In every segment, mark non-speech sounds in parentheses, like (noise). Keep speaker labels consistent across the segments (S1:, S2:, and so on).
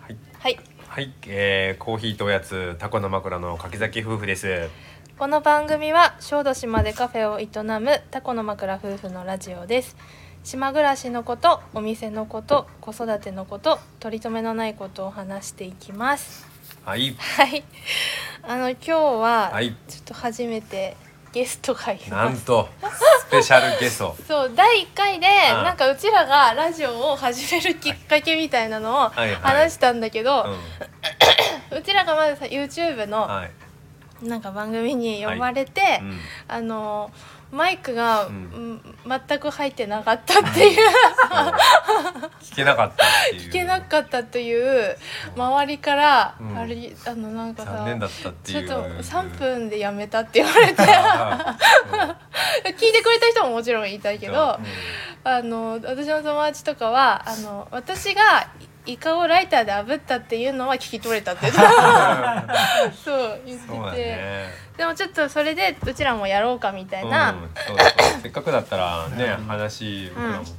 S1: はい、
S2: はい
S1: はいえーコーヒーとおやつタコの枕の柿崎夫婦です
S2: この番組は小豆島でカフェを営むタコの枕夫婦のラジオです島暮らしのことお店のこと子育てのこと取り留めのないことを話していきます
S1: はい
S2: はいあの今日は
S1: はい
S2: ちょっと初めてゲストがい
S1: な
S2: ま
S1: ん
S2: す
S1: とスペシャルゲスト
S2: そう第1回で
S1: うん
S2: なんかうちらがラジオを始めるきっかけみたいなのを
S1: はいはい
S2: 話したんだけど
S1: う
S2: うちらがまずさ YouTube
S1: ん
S2: の
S1: はい
S2: なんか番組に呼ばれて、
S1: うん
S2: あのマイクが、
S1: う
S2: うん全く入ってなかったっていう
S1: 聞けなかったっていう
S2: 聞けなかったという周りから、
S1: うん
S2: あれあのなんか
S1: 残
S2: さ
S1: 念だったって
S2: ち
S1: い
S2: ょっ
S1: う
S2: と3分でやめたって言われ
S1: (laughs)
S2: て聞いてくれた人ももちろんいたけどあの私の友達とかはあの私がイカをライターで炙ったっていうのは聞き取れたって
S1: (laughs)
S2: そう言ってて
S1: そうだね
S2: でもちょっとそれでうちらもやろうかみたいな、
S1: うんそうそうせっかくだったらね話僕らも
S2: うん
S1: じゃ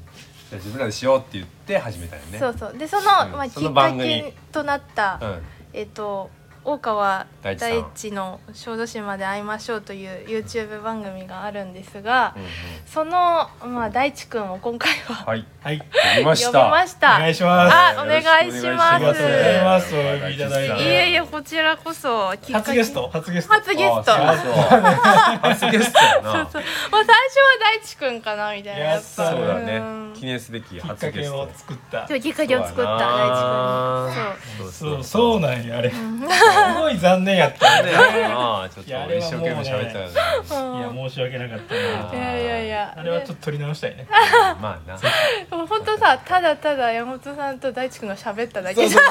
S1: あ自分らでしようって言って始めたよね
S2: そうそうでその、
S1: うん
S2: まあ、
S1: そ
S2: き
S1: の
S2: っか
S1: 番組
S2: けとなった、
S1: うん
S2: えっと大川
S1: 大
S2: 大
S1: 地さん
S2: 地の小豆島で会いましょうという YouTube 番組があるんですが、
S1: うんうん
S2: その、まあ、大地くんを今回は
S1: はい
S3: はい、
S1: 呼び
S2: 呼
S1: ま
S2: び
S1: した
S2: ました。
S3: お願いします。
S2: あお願いします
S3: ありがとうございますお呼びいただい
S2: い
S3: て
S2: えいえこちらこそきっかけ
S3: 初ゲスト、初ゲス
S2: (laughs)
S3: ト。
S2: 初ゲスト。
S1: あ
S2: まあ
S1: そうそう初ゲストやな。
S2: 最初は大地くんかなみたいな。
S3: いや
S2: やっぱ
S1: そうだ
S2: ん
S1: ね。記念すべき
S3: きっ
S1: 初
S3: か
S1: ゲ
S3: け
S1: ス
S3: を
S1: ト。
S3: 作った
S2: で。もきっかけを作った
S1: そうだな
S2: 大地くん。そ
S1: そ
S2: う。
S1: う
S3: そう、そうなんや、あれ。す
S2: ん
S3: ごい残念やったね。
S1: ね
S3: い
S1: ああちょっと
S3: いやあれ
S1: 一
S3: は
S1: 生
S3: もうね
S1: 懸命喋ったよね。
S2: うん
S3: や、申し訳なかった
S1: あ
S3: な
S1: ー
S2: いやいやいや。
S3: あれはちょっと取り直したいね。
S1: まあな。
S2: でも本当さただただ山本さんと大地くんが喋っただ
S3: そ
S2: け
S3: う
S2: じ
S3: そう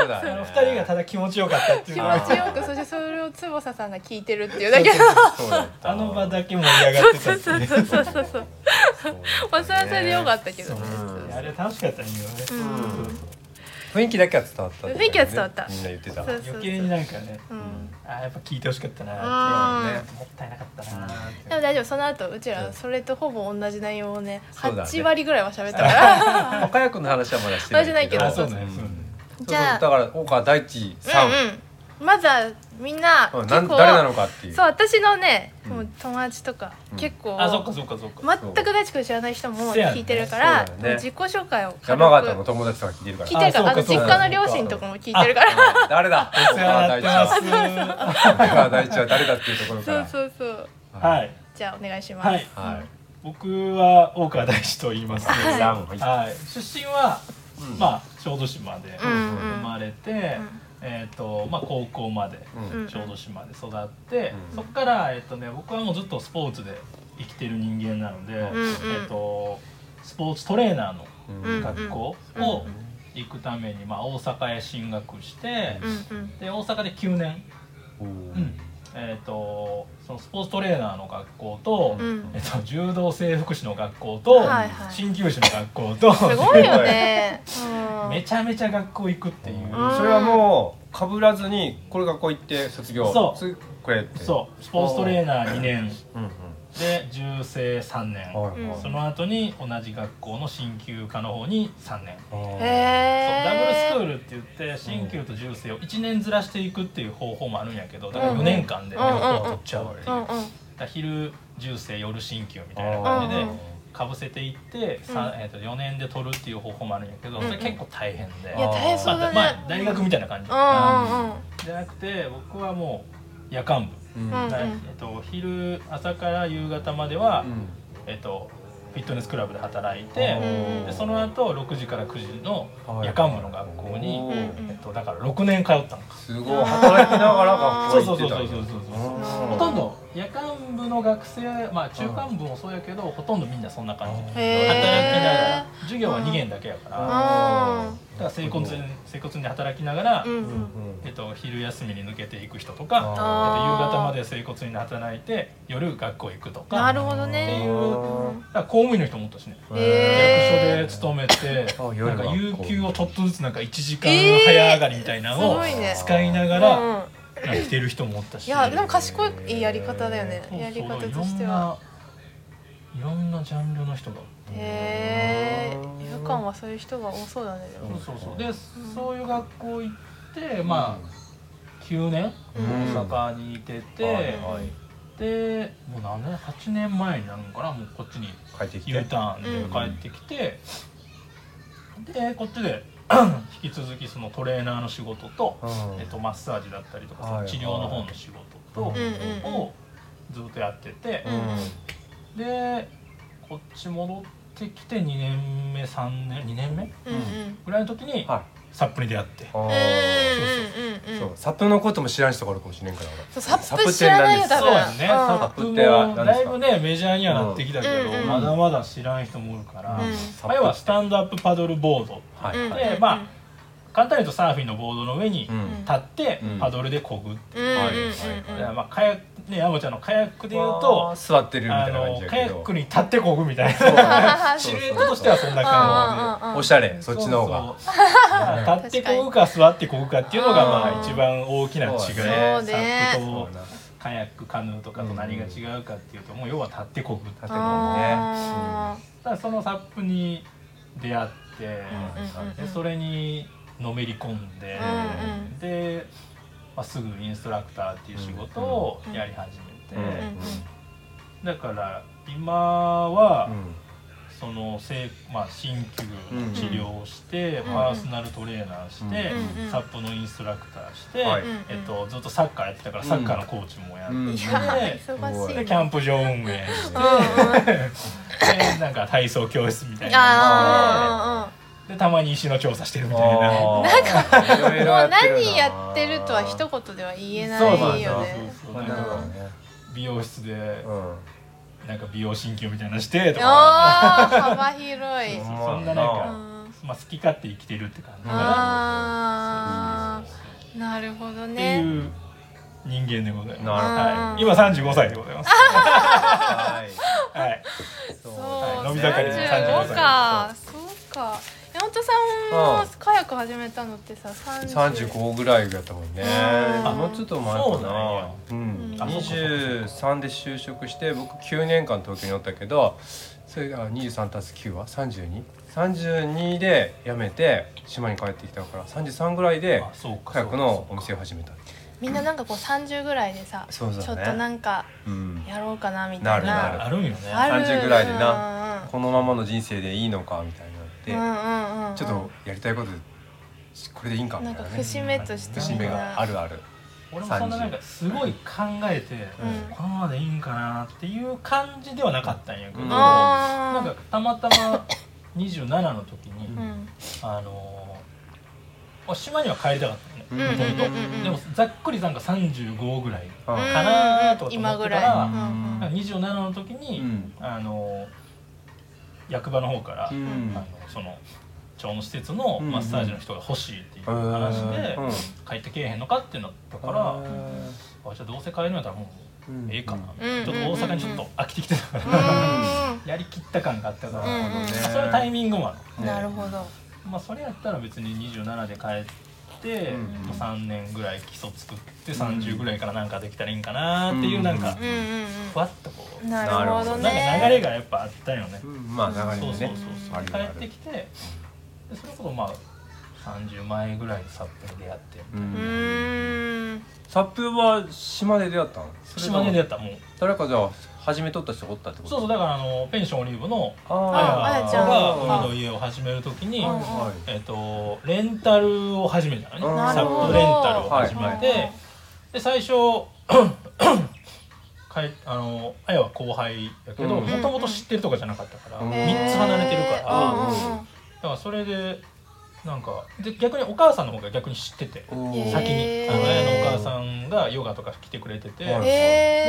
S1: そうだ
S3: あの
S1: ね。
S3: 二人がただ気持ちよかったっていう
S2: 気
S3: の
S2: 持
S3: が
S2: ちよくそしてそれを坪佐さんが聞いてるっていうだけの
S1: そうだった
S3: あの場だけ盛り上がってた
S2: そ
S3: っ
S2: う
S3: て
S2: そう
S3: いう。
S2: そうそうそうそうまあそれはそれでよか
S1: っ
S2: ったけど
S3: そう
S2: ね
S1: うん
S3: いやあれ楽しかったね。今ね
S2: うん
S3: そうそう
S1: た。雰囲気だけは伝わった。
S2: 雰囲気は伝わった
S1: みんな言ってた。
S2: そう
S3: 余計になんかね、
S2: うん
S3: あーやっぱ聞いてほしかった
S2: うん
S3: な。
S1: ね
S3: もったいなかったな。
S2: でも大丈夫その後うちらそれとほぼ同じ内容をね
S1: そうだね
S2: 8割ぐらいは喋ったから
S1: 若谷君の話はまだして
S2: まだしてないけど
S3: あ、そうね。
S1: ん
S3: そうね
S1: そう
S2: じゃあ
S1: だから大川大地さん
S2: うんうんまずはみんな
S1: うん
S2: 結
S1: なん
S2: 構
S1: 誰なのかっていう。
S2: そう私のね
S1: うん
S2: もう友達とか
S1: うん
S2: 結構
S3: あ、そっかそっかそっか。
S2: 全く大地くん知らない人も聞いてるから
S1: そうだよね
S2: 自己紹介を軽く
S1: 山形の友達とか聞いてるから。
S2: 聞いてるからあ
S3: あ
S2: の
S3: そうか
S2: 実
S3: そう
S2: 家
S3: か
S2: の両親とかも聞いてるから
S1: うん誰だ。
S3: お世話にな
S1: 大
S3: っ
S1: 地は
S3: てま
S1: 大川大地は誰だっていうところか
S2: そう
S1: ら。
S2: そうそう
S3: す。はい。
S2: じゃあお願いします、
S3: はい。
S1: はい。
S3: 僕は大川大志と言います。
S1: はいい。は
S3: はい。出身は、
S1: い。
S3: まあ小豆島で
S2: うんうん
S3: 生まれて、えっ、とまあ高校まで
S1: うん
S2: うん
S3: 小豆島で育って、
S1: うん
S3: そこからえっ、とね僕はもうずっとスポーツで生きてる人間なので、
S1: うん
S2: うん
S3: えっ、とスポーツトレーナーの
S1: うん
S3: 学校
S2: うんうん
S3: を行くためにまあ大阪へ進学して、
S2: うんうん
S3: で大阪で9年。
S1: うん
S3: えー、とそのスポーツトレーナーの学校と,、
S1: (laughs)
S2: うん
S3: えー、と柔道整復師の学校と、
S2: はいはい
S3: 鍼灸師の学校と
S2: すごいよ
S3: (laughs)
S2: ね、うん、
S3: めちゃめちゃ学校行くっていう、
S2: うん
S1: それはもうかぶらずにこれ学校行って卒業
S3: そう
S1: つこれって
S3: そうスポーツトレーナー2年
S1: うんうん
S3: で柔正3年、
S1: はいはい
S2: うん
S3: その後に同じ学校の鍼灸科の方に3年、そうダブル
S2: へ
S3: スク
S2: ー
S3: ールって言って鍼灸と柔正を1年ずらしていくっていう方法もあるんやけどだから4年間で両方取っちゃうってい
S2: う
S3: う、
S2: んうん
S3: だから昼柔正夜鍼灸みたいな感じで。かぶせていって、さ
S2: うん
S3: えー、と4年で取るっていう方法もあるんやけど、
S2: うん
S3: それ結構大変で、
S2: いや大変そうだね、
S3: まあ、大学みたいな感じ、
S2: うんうんうん
S3: じゃなくて僕はもう夜間部、
S1: うん
S2: うん
S3: はいえー、と昼朝から夕方までは、
S1: うん
S3: えー、とフィットネスクラブで働いて、
S2: うん
S3: でその後6時から9時の
S1: はい
S3: 夜間部の学校に、
S1: お
S2: うんう
S1: ー
S3: えー、
S2: ん
S3: とだから6年通ったのか。
S1: すごい働きながら学校行ってたんや
S3: そうそうそうそうそう
S1: うん
S3: ほとんど夜間部の学生まあ中間部もそうやけどほとんどみんなそんな感じ
S2: へー
S3: 働きなが
S2: へー
S3: ら授業は2限だけやからだか
S2: あ
S3: ら整骨院整骨院で働きながら、
S2: うん
S1: うんうん
S3: えっと、昼休みに抜けていく人と
S1: あ
S3: かあと
S2: あー
S3: 夕方まで整骨院で働いて夜学校行くとか
S2: なるほど
S3: って
S2: ね
S3: いう
S2: うん
S3: だから公務員の人もおったしね役
S2: へー
S3: 所で勤めて
S1: あ夜
S3: な
S1: は
S3: んか有給をちょっとずつなんか1時間
S2: えー
S3: 早上がりみたいなの
S2: す
S3: を
S2: ごいね
S3: 使いなが
S2: う
S3: ら
S2: んうん
S3: なんか来てる人もおったし
S2: いやでも賢いやり方だよね
S3: そうそう
S2: やり方
S3: いろ
S2: と
S3: ん
S2: しては
S3: ないろんなジャンルの人が
S2: へえ映画館はそういう人が多そうだねでも
S3: そうそうそうで、そういう学校行ってまあ9年
S2: うん
S3: 大阪にいてて、
S1: はいはい
S3: でもう何年8年前になるのかなもうこっちに
S1: 帰ってき
S3: U
S1: て
S3: ターン
S2: うん
S3: で帰ってきて、でこっちで (clears throat) 引き続きそのトレーナーの仕事と、
S1: うん
S3: えっと、マッサージだったりとか、その
S1: はいはい
S3: 治療の方の仕事と
S2: う、んうん
S3: をずっとやってて、でこっち戻ってきて2年目3年2年目
S2: うんうん
S3: ぐらいの時に
S1: は
S3: サップに出会って。
S2: うんう
S1: い
S2: んうんうん
S1: そううんサップのことも知らん人がおるかもしれんから
S2: そうサップ知らないよ
S1: サッ
S2: 多
S3: そう
S2: 分
S3: やね、サップ
S1: う
S3: も
S1: ん
S3: だいぶねメジャーにはなってきたけど、
S2: うんうん
S3: まだまだ知らん人もおるから、
S2: うん
S1: サッ
S3: まあ
S1: プ
S3: 要はスタンドアップパドルボード
S1: はい
S2: うん
S1: は
S2: う
S1: い
S2: ん
S3: でまあ簡単に言うとサーフィンのボードの上に
S1: うん
S3: 立って
S1: うん
S3: パドルでこぐ、
S2: うんうんうん
S1: はい
S3: だ
S1: はいは
S3: から
S2: うん
S3: まあカヤックね山ちゃんのカヤックで言う
S1: あ
S3: と
S1: ー座ってるみた
S3: あ
S1: いな感
S3: の
S1: じや
S3: カ
S1: け
S3: ヤ
S1: ど
S3: ックに立ってこぐみた
S1: (laughs)
S3: い
S2: は
S3: ないシルエットとしてはそんな (laughs) 感
S2: あーあーあー
S1: おしゃれそっちの方が
S3: そうそう立ってこぐか座ってこぐかっていうのがま
S2: あ
S3: あ
S2: ー
S3: 一番大きな違い
S1: そうね
S3: サ
S2: そうね
S3: ッ
S1: そ
S3: プと
S1: うな
S3: カヤックカヌーとかと何が違うかっていうともう要は立ってこぐ
S1: 立て
S3: た
S1: こも
S2: あ
S1: ね
S3: だそのサップに出会って、
S2: ーうんうんうん
S3: でそれにのめり込んで、
S2: うんうん
S3: で、まあ、すぐインストラクターっていう仕事をやり始
S1: うん
S3: めて、だから今は、
S1: うん
S3: そのせい、まあ、鍼灸の治療をして、
S2: うん
S3: パーソナルトレーナーして、
S2: うんうん
S3: サップのインストラクターして、
S1: はい
S3: えっと、ずっとサッカーやってたからサッカーのコーチもやって、
S1: うん
S2: いやー忙しい
S1: うん
S3: でキャンプ場運営して、でなんか体操教室みたいなのして。
S2: あ
S3: でたまに石の調査してるみたいな。
S1: あーいろい
S2: ー
S1: ろや
S2: も
S1: ってるな
S2: う何やってるとは一言では言えない
S3: そうそう
S2: よ
S3: そう
S2: ね
S3: そう
S1: まあなるほどね
S3: 美容室で
S1: うん
S3: なんか美容鍼灸みたいなのしてとか、
S2: あー幅広い
S3: そううんそんななんかまあ好き勝手生きてるって感じか
S2: あーなるほど
S3: なって
S2: ね
S3: いう人間でござ
S1: なる
S2: ほど
S3: います。はい、今三十五歳でございます。
S1: はい
S3: はい。
S1: そ
S2: そう
S3: はい飲み盛りで
S2: 35かそうか山本さんもカヤック始めたのってさ
S1: 三
S2: 30
S1: 十五ぐらいだったもんね。
S2: うん
S1: あもうちょっと前か
S3: そうなんや
S1: な。うん。
S3: あそ
S1: 二
S3: うかそう
S1: 十三で就職して僕九年間東京におったけど、それが二十三足す九は三十二。三十二で辞めて島に帰ってきたから三十三ぐらいで
S3: あそうか。
S1: カヤックのお店を始めた。
S2: みんななんかこう30ぐらいでさち
S1: そ
S2: ょ
S1: う
S2: っ
S1: だね
S2: となんか
S1: うん。
S2: やろうかなみたい
S1: な
S2: な
S3: あるんよね。
S2: ある
S1: 30ぐらいでなこのままの人生でいいのかみたい
S2: うん
S1: に
S2: う
S1: なっ
S2: んうんうん
S1: て、ちょっとやりたいことこれでいいんかみ
S2: な
S1: た
S2: ん
S1: い
S2: か
S1: な
S2: 節
S1: ね。
S2: 目として
S1: 節目があるある。
S3: 俺もそんななんかすごい考えて、
S2: うん
S3: このままでいいんかなっていう感じではなかったんやけど、
S1: うん
S3: なん
S2: あ
S3: かたまたま27の時に、
S2: ーうん
S3: あのー、島には帰りたかった
S1: う
S3: の
S1: ん
S3: ね、
S1: うん
S3: 元々
S2: うんうんうん
S3: でもざっくりなんか35ぐらい、
S1: うん
S2: うん
S3: かなとかと思っ
S2: 今
S3: てたら
S2: ぐらい
S3: うんなんか27の時
S1: う
S3: に、
S1: ん。
S3: あのー、役場の方から、
S1: うん
S3: あのその町の施設のマッサージの人が欲しいっていう話で、
S1: うん
S3: 帰ってけえへんのかってなったから、あじゃあどうせ帰るんやったらもうええかな、
S2: うん
S3: ちょっと大阪にちょっと飽きてきてたから、
S2: う
S3: やりきった感があったから、
S2: うん
S3: まあそれはタイミングもある。
S2: んなるほど
S3: まあそれやったら別に27で帰って、
S1: うん
S3: まあ3年ぐらい基礎作って30ぐらいからなんかできたらいいんかなっていううんなんか
S2: うんうん
S3: ふわっとこ
S2: う
S3: う、
S2: んなるほど
S3: なんか
S2: ね
S3: 流れがやっぱあったよね、
S1: うん、まあ流れ
S3: そう
S1: に
S3: そう
S1: ねあ
S3: そうそう
S1: るよ
S3: 帰
S1: ね
S3: ってきてでそれこそまあ30前ぐらいにサップに出会って
S1: う
S2: うんーん
S1: サップは島で出会ったのそれとも
S3: 島根でやったもう
S1: 誰かじゃあ始めとった人おったってこと
S3: そうそうだからあのペンションオリーブの
S2: あ
S1: あ
S2: あ
S3: や
S2: や
S3: ち
S2: ちゃ
S3: ゃ
S2: ん
S3: ん
S2: が
S3: が海の家を始める時に、
S2: う
S1: ー
S2: ん
S1: はい
S3: えっとレンタルを始めたのね
S1: な
S3: サ
S1: る
S3: ッ
S1: ほど
S3: プレンタルを始めて、
S2: はいはい
S3: で最初 (coughs) かいあのあやは後輩やけど
S1: うん
S3: もともと知ってるとかじゃなかったから、
S1: うん
S3: 三3つ離れてるから、
S1: うん
S3: だからそれでなんかで逆にお母さんの方が逆に知ってて
S1: お
S2: へー
S3: 先にあのあ
S2: へー
S3: やのお母さんがヨガとか来てくれてて、
S1: はい
S3: で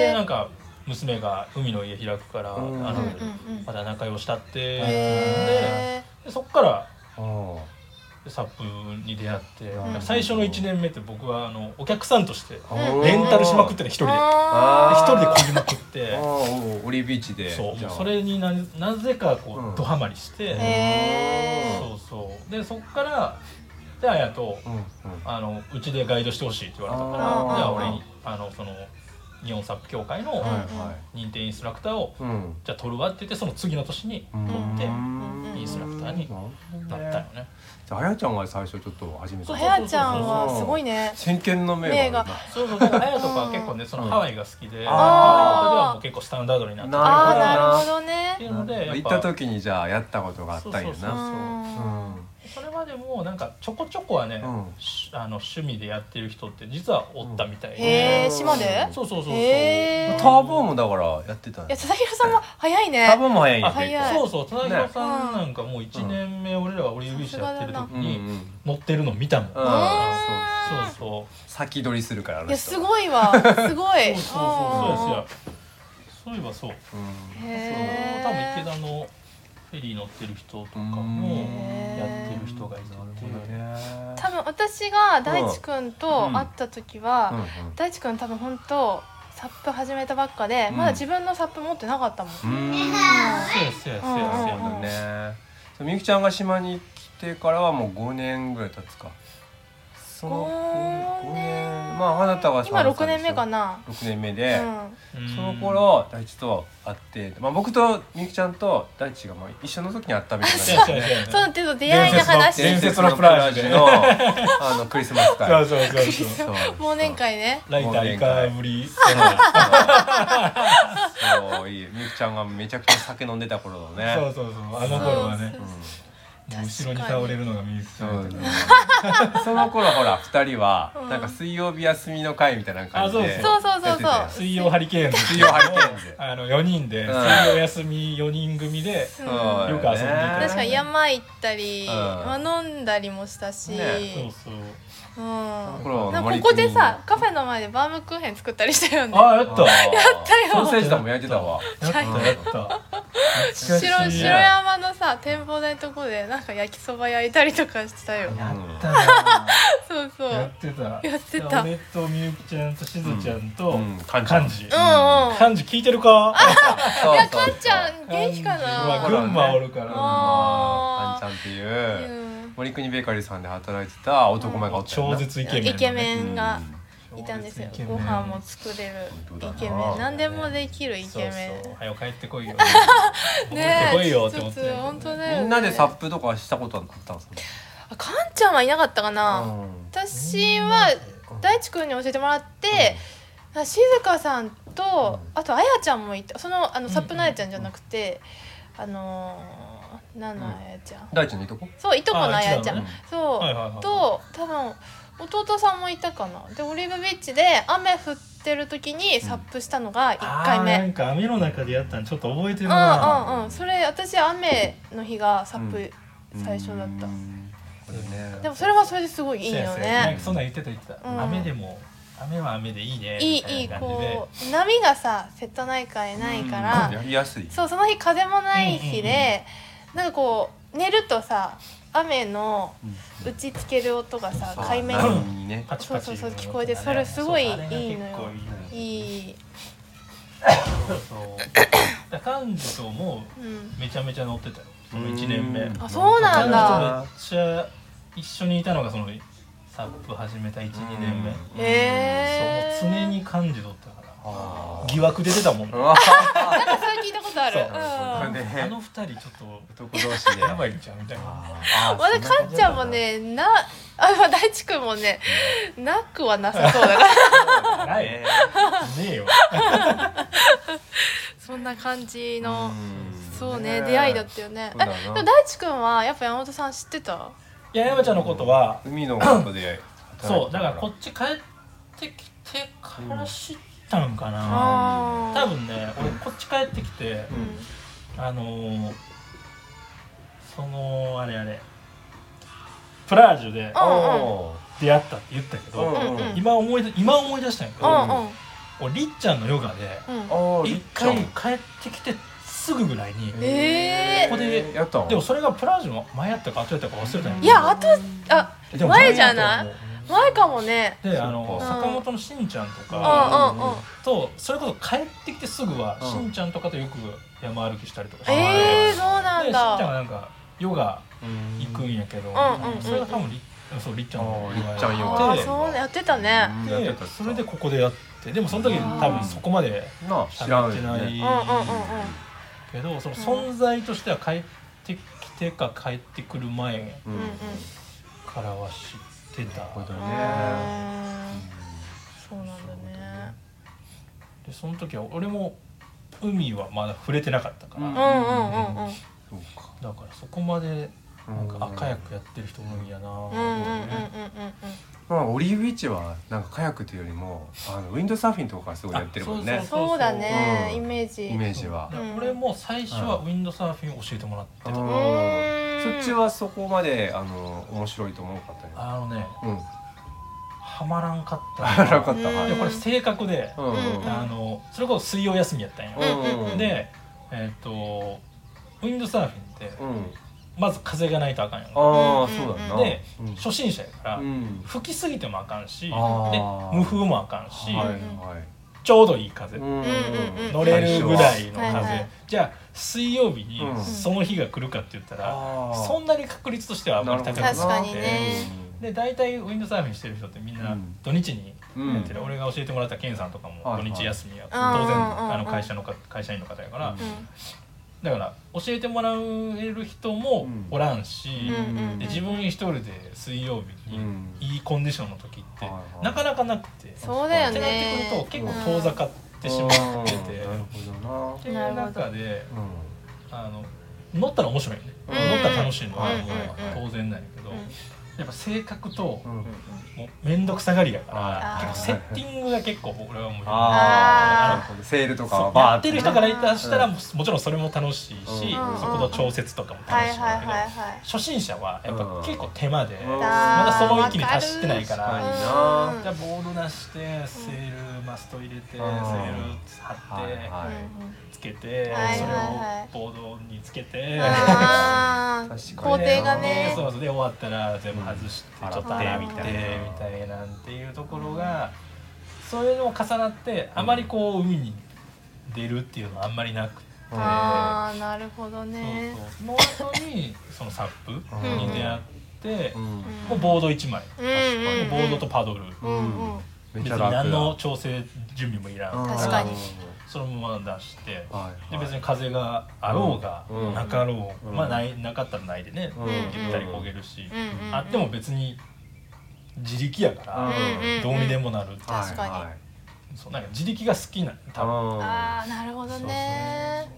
S2: え
S3: なんか娘が海の家開くから、
S1: うん
S3: あ
S2: う
S3: の
S2: んうんうん
S3: まだ仲良したって、で
S2: へ
S3: でそっから
S1: お
S3: サップに出会って、
S1: うん
S3: 最初の1年目って僕はあのお客さんとして
S2: うん
S3: レンタルしまくってた
S2: ー
S3: 一人でで
S1: あ
S3: 一
S1: ー
S3: 人でこぎまくって
S1: あーオリビーチで
S3: そう
S1: じゃあ
S3: それにななぜかこ
S1: うん
S3: うドハマりして、
S2: へえ
S3: そうそうでそっからであやと
S1: うんうん
S3: あのうちでガイドしてほしいって言われたから
S2: あー
S3: じゃあ俺にあのその日本サップ協会の
S1: はい
S3: 認定インストラクターを
S1: はいうん
S3: じゃあ取るわって言ってその次の年に
S1: うん
S3: 取って
S2: うん
S3: インストラクターになったよね。
S1: じゃああやちゃんが最初ちょっと始め
S2: そ
S1: た
S2: う
S1: の
S2: はやちゃんはすごいね
S1: 真剣の目があるな
S3: そうそうだからあやとかは結構ねそのハワイが好き
S1: ん
S3: で、ハワイとかではもう結構スタンダードになって
S1: なるほどな
S2: ああーなるほど
S3: ってい
S2: ね
S3: うのでやっ
S1: 行っ
S3: ぱ
S1: た時にじゃあやったことがあったんや
S3: そうそう
S1: な
S2: うん
S3: それまでもなんかちょこちょこはね、
S1: うん
S3: しあの趣味でやってる人って実はおったみたいで、
S2: へ
S1: う
S2: え
S1: ん
S2: 島で
S3: そうそうそうそう、
S2: へー
S1: ターボーもだからやってたん
S2: い
S1: や
S2: や佐々木さんも早いね
S1: ターボーも早いんや
S3: あ
S2: 早い
S1: 結
S3: そうそう田中さんなんかもう1年目俺らがオリーブビーチやってる時
S1: 構うんう
S3: に
S1: ん
S3: 乗ってるの見たもん、
S1: うん
S3: そう
S1: あ
S3: そう
S1: 先取りするからあの
S2: い
S1: 人
S2: やすごいわすごい
S3: そうそうそうそうですよそういえばそう
S1: うん
S2: へー
S3: 多分池田のフェリー乗ってる人とかも
S2: うん
S3: やってる人がいてて、
S2: 多分私が大地君と会った時は、
S1: うんうん
S2: 大地君多分本当サップ始めたばっかで、
S1: うん
S2: まだ自分のサップ持ってなかったもん、
S1: うーん
S3: そうやそうやそうやそう
S1: そう
S3: や
S1: だねそうみゆきちゃんが島に来てからはもう5年ぐらい経つかそ
S2: 五
S1: 五まああなたが
S2: 今6年目か
S1: な
S2: な、
S1: 6年目
S2: うん
S1: で、その頃大地と会って、まあ、僕とみゆきちゃんと大地がまあ一緒の時に会ったみたいな
S3: そう (laughs) やそうやそうや
S2: そうっていうと出会いの話
S3: 伝説の
S1: プラージュのあのクリスマス
S3: そう
S1: 会
S3: そうそうそう
S1: そうそう
S2: 忘年会ね
S3: ライターイカぶり
S1: そうそういいみゆきちゃんがめちゃくちゃ酒飲んでた頃のね
S3: そうそうそうあの頃はね
S2: そううん
S3: もう後ろに倒れるのがミユキち
S1: そ
S3: ゃん
S1: う
S3: みたいな
S1: だね (laughs) その頃ほら二人は
S2: うん
S1: なんか水曜日休みの会みたいな感じで
S3: あ
S2: そうそうそうそう
S1: やって
S3: 水曜ハリケーンズ
S1: 水曜ハリケーンズ
S3: あの4人で
S1: うん
S3: 水曜休み4人組で
S1: た
S2: う
S1: よ
S2: ん
S1: そう
S3: よく遊んでいた
S2: 確かに山行ったり、
S1: ん
S2: まあ、飲んだりもしたし、
S1: ね
S3: そうそう
S2: うん、
S1: ころ
S2: なんか
S1: 森
S2: こ
S1: 君
S2: こでさカフェの前でバームクーヘン作ったりしたよね
S3: ああやっ
S1: あー
S3: た
S1: ソーセージとかも焼いてたわ
S3: やったやっ
S2: 白
S3: た懐かしい
S2: 白
S3: や
S2: 山のさ展望台のとこでなんか焼きそば焼いたりとかしたよ
S1: や
S3: ったな
S2: そうそう
S3: やってた
S2: やってた
S3: 俺とみゆきちゃんとしずちゃんと
S1: うん感じ
S3: 漢字
S2: うんうん
S3: 漢字聞いてるか
S1: そうそうそう
S2: いやかんちゃん元気か
S3: 漢
S2: な
S3: 字は群馬おるから
S1: あん
S2: あー
S1: ちゃんっていううん森国ベーカリーさんで働いてた男前がおったよ
S3: 超
S1: な
S3: 絶イケメンのね
S2: イケメンが
S3: うん
S2: いたんですよ
S3: 超絶イケメン
S2: ご飯も作れる
S1: 本当だ
S2: イ
S1: な
S2: ケメン何でもできるイ
S3: そう
S2: ケメ
S3: そう早く帰っ
S2: (laughs)
S3: てこいよ
S2: ン
S3: 戻 (laughs) ってこいよって
S2: ちょ
S3: 思っ
S2: ってと
S3: たけど
S2: 本当だよね
S1: みんなでサップとかしたことあったんです
S2: あかんちゃんはいなかったか
S1: か
S2: な
S1: うん
S2: 私は大地君に教えてもらってあ静香さんとあとあやちゃんもいたそのあのサップのあやちゃんじゃなくてあのー何のあやちゃん
S1: 大地のいとこ
S2: そういとこのあやちゃ
S3: あ
S2: ん、
S3: 一緒だね
S2: そう、
S3: はいはいはい
S2: と多分弟さんもいたかなでオリーブビーチで雨降ってる時にサップしたのが1回目、
S3: あーなんか雨の中でやったのちょっと覚えてるな、
S2: うんうんうんそれ私雨の日がサップ最初だった、
S1: うんこれね
S2: でもそれはそれですごいいい
S3: そうや
S2: よ
S3: そうやなん
S2: ね
S3: かそんなん言ってた言ってた、
S2: うん
S3: 雨でも雨は雨でいいね
S2: いいい
S3: み
S2: い
S3: たいな感じで
S2: こう波がさ瀬戸内海ないから、
S1: やりやすい
S2: そうその日風もない日で、なんかこう寝るとさ雨の打ちつける音がさ海面に
S1: 波にね
S3: パチパチ
S2: そうそうそう聞こえてそれすごいいいのよ
S3: い
S2: いい、
S3: そうそうだから彼女とも
S2: うん、
S3: めちゃめちゃ乗ってたよその1年目
S1: うん
S2: あそうなんだ
S3: 彼女とめっちゃ一緒にいたのがそのサップ始めた12年目、
S1: うん
S2: へえ
S3: そうもう常に感じ取ったから
S1: あー
S3: 疑惑出てたもん、
S1: うわ
S2: なんかそれ聞いたことある。
S3: そう
S2: うん
S1: そうね
S3: あの二人ちょっと
S1: 男同士で
S3: やばいんちゃうみたい
S2: (laughs)
S3: な
S1: あー
S2: まだかんちゃんもね、な、あ、まあ大地君もね、なくはなさそうだから、
S3: ない
S1: ね
S3: ねえよ
S2: (laughs) そんな感じの。
S1: ん
S2: そうね、出会いだったよね。
S1: そう
S2: え、
S1: だ
S2: で
S1: な
S2: も大地君は、やっぱ山本さん知ってた。
S3: いや山ちゃんのことは
S1: 海のことで
S3: そうだからこっち帰ってきてから知ったんかな、
S2: あ
S3: 多。分ね俺こっち帰ってきて
S2: うん
S3: あのー、そのあれあれプラージュで
S2: うん
S3: 出会ったって言ったけど、
S2: んうん
S3: 今思い出今思い出したんやけ
S2: う
S3: ど、
S2: んうん
S3: 俺りっちゃんのヨガで
S2: うん。
S1: あー
S3: 一回帰ってきてすぐぐらいに
S2: ええ
S3: ここで
S1: やったの
S3: でもそれがプラージュの前やったか後やったか忘れたんや
S2: いや、あと、あ、
S3: でも
S2: 前じゃない
S3: 前やと思う
S2: 前かもね。
S3: であの
S1: そっ
S2: か
S3: 坂本のしんちゃんと
S2: うん
S3: か
S2: うんうん。
S3: とそれこそ帰ってきてすぐは
S1: うん
S3: しんちゃんとかとよく山歩きしたりとかしてて、
S2: ええ、そうな
S3: でし
S2: ん
S3: んちゃん
S2: だ。
S3: がなんかヨガ行くんやけど、
S2: んうんうん
S3: それが多分りっそうりっちゃん
S1: あ
S3: の
S1: ありっちゃん用
S2: あ
S1: 語
S2: あそうやってたね
S1: うんや
S3: で
S1: ってた
S3: それでここでやってでもその時多分そこまで
S1: なあ知ら
S3: 喋
S1: ん
S3: って
S1: よ
S3: ない
S1: ね
S2: うんうんうんうん
S3: けどその存在としては帰ってきてか帰ってくる前
S1: うん
S2: うんうん
S3: からは知ってた
S1: これだ
S2: う
S1: ね
S2: ーんそうなんだね
S3: でその時は俺も海はまだ触れてなかったか
S1: う
S3: ら、
S1: ん
S2: うんうんうんうん
S1: そうか
S3: だからそこまでなんか
S1: うん
S3: あカヤックやってる人多いんやな
S2: う
S3: ぁ
S2: んうんうんうんうん
S1: まあオリーブビーチはなんかカヤックというよりもあのウィンドサーフィンとかすごいやってるもん
S3: あ
S1: ね
S2: うんそうだね
S1: うん
S2: イメージ
S1: イメージは
S3: だから俺も最初はウィンドサーフィンを教えてもらってた、
S1: うん
S2: う
S1: そ
S2: ーん
S1: っちはそこまであの面白いと思わなかったね
S3: あのね
S1: うん (laughs)
S3: はまらんかった
S1: あらか
S3: っ
S1: ったはい
S3: でこれ正確で、
S1: うんうん
S3: あのそれこそ水曜休みやったんよ、
S1: うんうん
S3: でえっ、とウィンドサーフィンって
S1: うん
S3: まず風がないとあかんよ、
S1: ああ
S2: うん
S1: そうだよな
S3: で
S1: うん
S3: 初心者やから、
S1: うん
S3: 吹きすぎてもあかんしで
S1: あー
S3: 無風もあかんし、
S1: はい
S3: ちょうどいい風、
S1: はい
S2: うん
S3: 乗れるぐらいの風、
S2: はいはい
S3: じゃあ水曜日に
S1: うん
S3: その日が来るかって言ったら、
S1: あー
S3: そんなに確率としてはあんまり高くなくて
S2: 確かにね
S3: で大体ウィンドサーフィンしてる人ってみん
S1: う
S3: なん土日に
S1: うん
S3: やってる、俺が教えてもらったケンさんとかも
S1: はいは
S3: 土
S1: い
S3: 日休みや、
S2: うん
S3: 当然
S2: うん
S3: あの会社のか会社員の方やから、
S1: うん
S3: だから教えてもらえる人もおらんし、
S2: うんうん
S3: で自分一人で水曜日に
S1: うん
S3: いいコンディションの時って、
S1: はいはい
S3: なかなかなくて。
S2: そうだよ
S3: ってなって
S2: ね
S3: くると結構遠ざかってしまってて、
S1: うんなるほ
S3: っていう中で
S1: どなうん
S3: あの乗ったら面白いよね、
S1: うん
S3: 乗ったら楽しいのは
S1: うん
S3: 当然なんやけど、
S2: うん
S3: やっぱ性格と
S1: うん
S3: もう面倒くさがりやから
S1: あ、
S2: ー
S3: 結構セッティングが結構俺はもう
S1: あー
S2: あ
S1: な
S2: ー
S1: るほどセールとか
S3: そ
S1: は
S3: う
S1: バー
S3: やってる人から言ったらしたら
S1: うん
S3: もうもちろんそれも楽しいし、
S1: うん
S3: そこの調節とかも楽
S2: はい
S3: しい
S2: は
S3: ん
S2: い
S3: だけど、
S2: はいはい
S3: 初心者はやっ
S1: う
S3: ぱ
S1: ん
S3: 結構手間で、
S1: うん
S3: まだその域に達してないから
S1: 確かに
S2: うん
S3: じゃあボール出してセールマスト入れて、セール貼って。
S1: はいはい
S3: つけて、
S2: はい
S3: それをボードにつけて、 (laughs)
S2: あ
S1: 確かに
S2: ー工程がね
S3: そうそうで終わったら全部外して、
S1: うん
S3: ちょっと
S2: 洗
S3: 手
S2: って
S3: 見てみ
S2: み
S3: たいなんていうところが、そういうのも重なってあまりこう海に出るっていうのはあんまりなくて、
S2: あーなるほどね
S3: そうそうその後にそのサップに出会って、
S1: うん
S3: もうボード1枚、
S2: うんうんうん
S3: ボードとパドル、
S2: うんうん
S1: めっ
S3: 別
S1: ちゃ
S3: に
S1: 楽だ
S3: 何の調整準備もいらん、
S1: うん
S2: 確かに
S3: そのまま出して。
S1: はい
S3: で
S1: はい
S3: 別に風があろうが、
S1: うん
S3: なかろう、
S1: うん
S3: まあないなかったらないでね、
S1: うん
S3: ゆったり焦げるし、
S2: うんうんうん
S3: あっても別に自力やから、
S2: うんうん
S3: どうにでもなる、
S2: 確かに
S1: はいはい
S3: そうなんか自力が好きな多分、
S1: うん
S2: あーなるほどね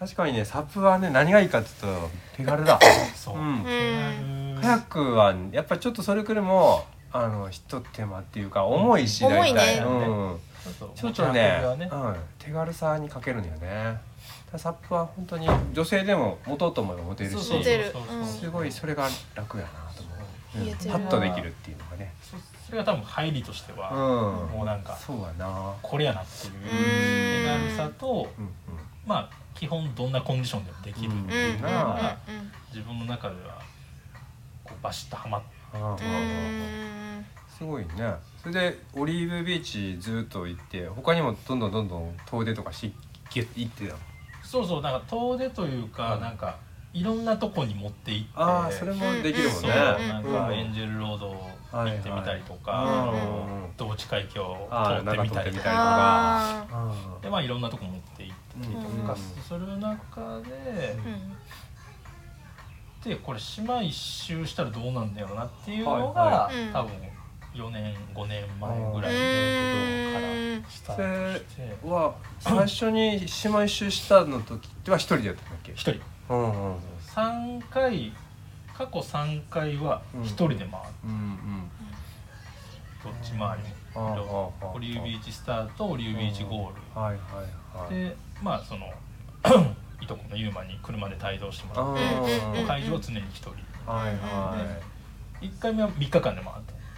S1: 確かにねサップはね何がいいかっていうと手軽
S2: (laughs)
S1: だ
S3: そう、
S1: うん
S2: ん
S1: カヤックはやっぱりちょっとそれくらいもあのひと手間っていうか重いし
S2: 重
S1: 大
S2: いね
S1: 体、うん、ちょっとねうん、手軽さに欠けるのよねただサップは本当に女性でも持とうと思えば持てるし
S3: そう
S2: そうそううん
S1: すごいそれが楽やなと思う、うん
S2: 言えてる
S1: パッとできるっていうのがね
S3: そそれが多分入りとして
S1: う
S3: は、
S1: ん
S3: もうなんか
S1: そうやな
S3: これやなっていう
S2: うん
S3: 手軽さと、
S1: うん
S3: まあ基本どんなコンディションでもできる、
S1: うん
S2: うんうんうんうん
S1: な
S3: 自分の中ではこうバシッとはまって
S1: うんうん
S2: うん
S1: すごいねそれでオリーブビーチずっと行って他にもどんどんどんどん遠出とかし行ってたの
S3: そうそうなんか遠出というか、
S1: うん
S3: なんかいろんなとこに持って行って
S1: ああそれもできるもん
S3: そう
S1: ね
S3: なん
S1: う
S3: か
S1: ん
S3: エンジェルロード行ってみたりとか、
S1: はいはい
S3: あの
S1: うん
S3: 同地海峡を
S1: あー
S3: 通ってみた
S1: なんか通って
S3: りと
S1: み
S3: か
S1: たり
S2: あ
S3: でまあいろんなとこ持って行ったりとか、
S1: うん
S3: する中で
S2: ーうん
S3: でこれ島一周したらどうなんだよなっていうのが、
S1: は
S2: はいうん
S3: 多分4年5年前ぐらいのことからスタートして
S1: は最初に島一周したの時っては一人でやったんだっけ
S3: 一人
S1: うんうんうん
S3: 三回過去3回は一人で回って。
S1: うんうん
S3: どっち回り
S1: うん
S3: も
S1: うん
S3: オリーブビーチスタートオリーブビーチゴー
S1: はいはいはい
S3: ルでまあその (clears throat) いとこのユーマに車で帯同しても
S1: あ
S3: らっ
S1: ー
S2: う
S3: て
S2: ん
S3: 会場を常に一人
S1: はいはい
S3: 1回目は3日間で回っ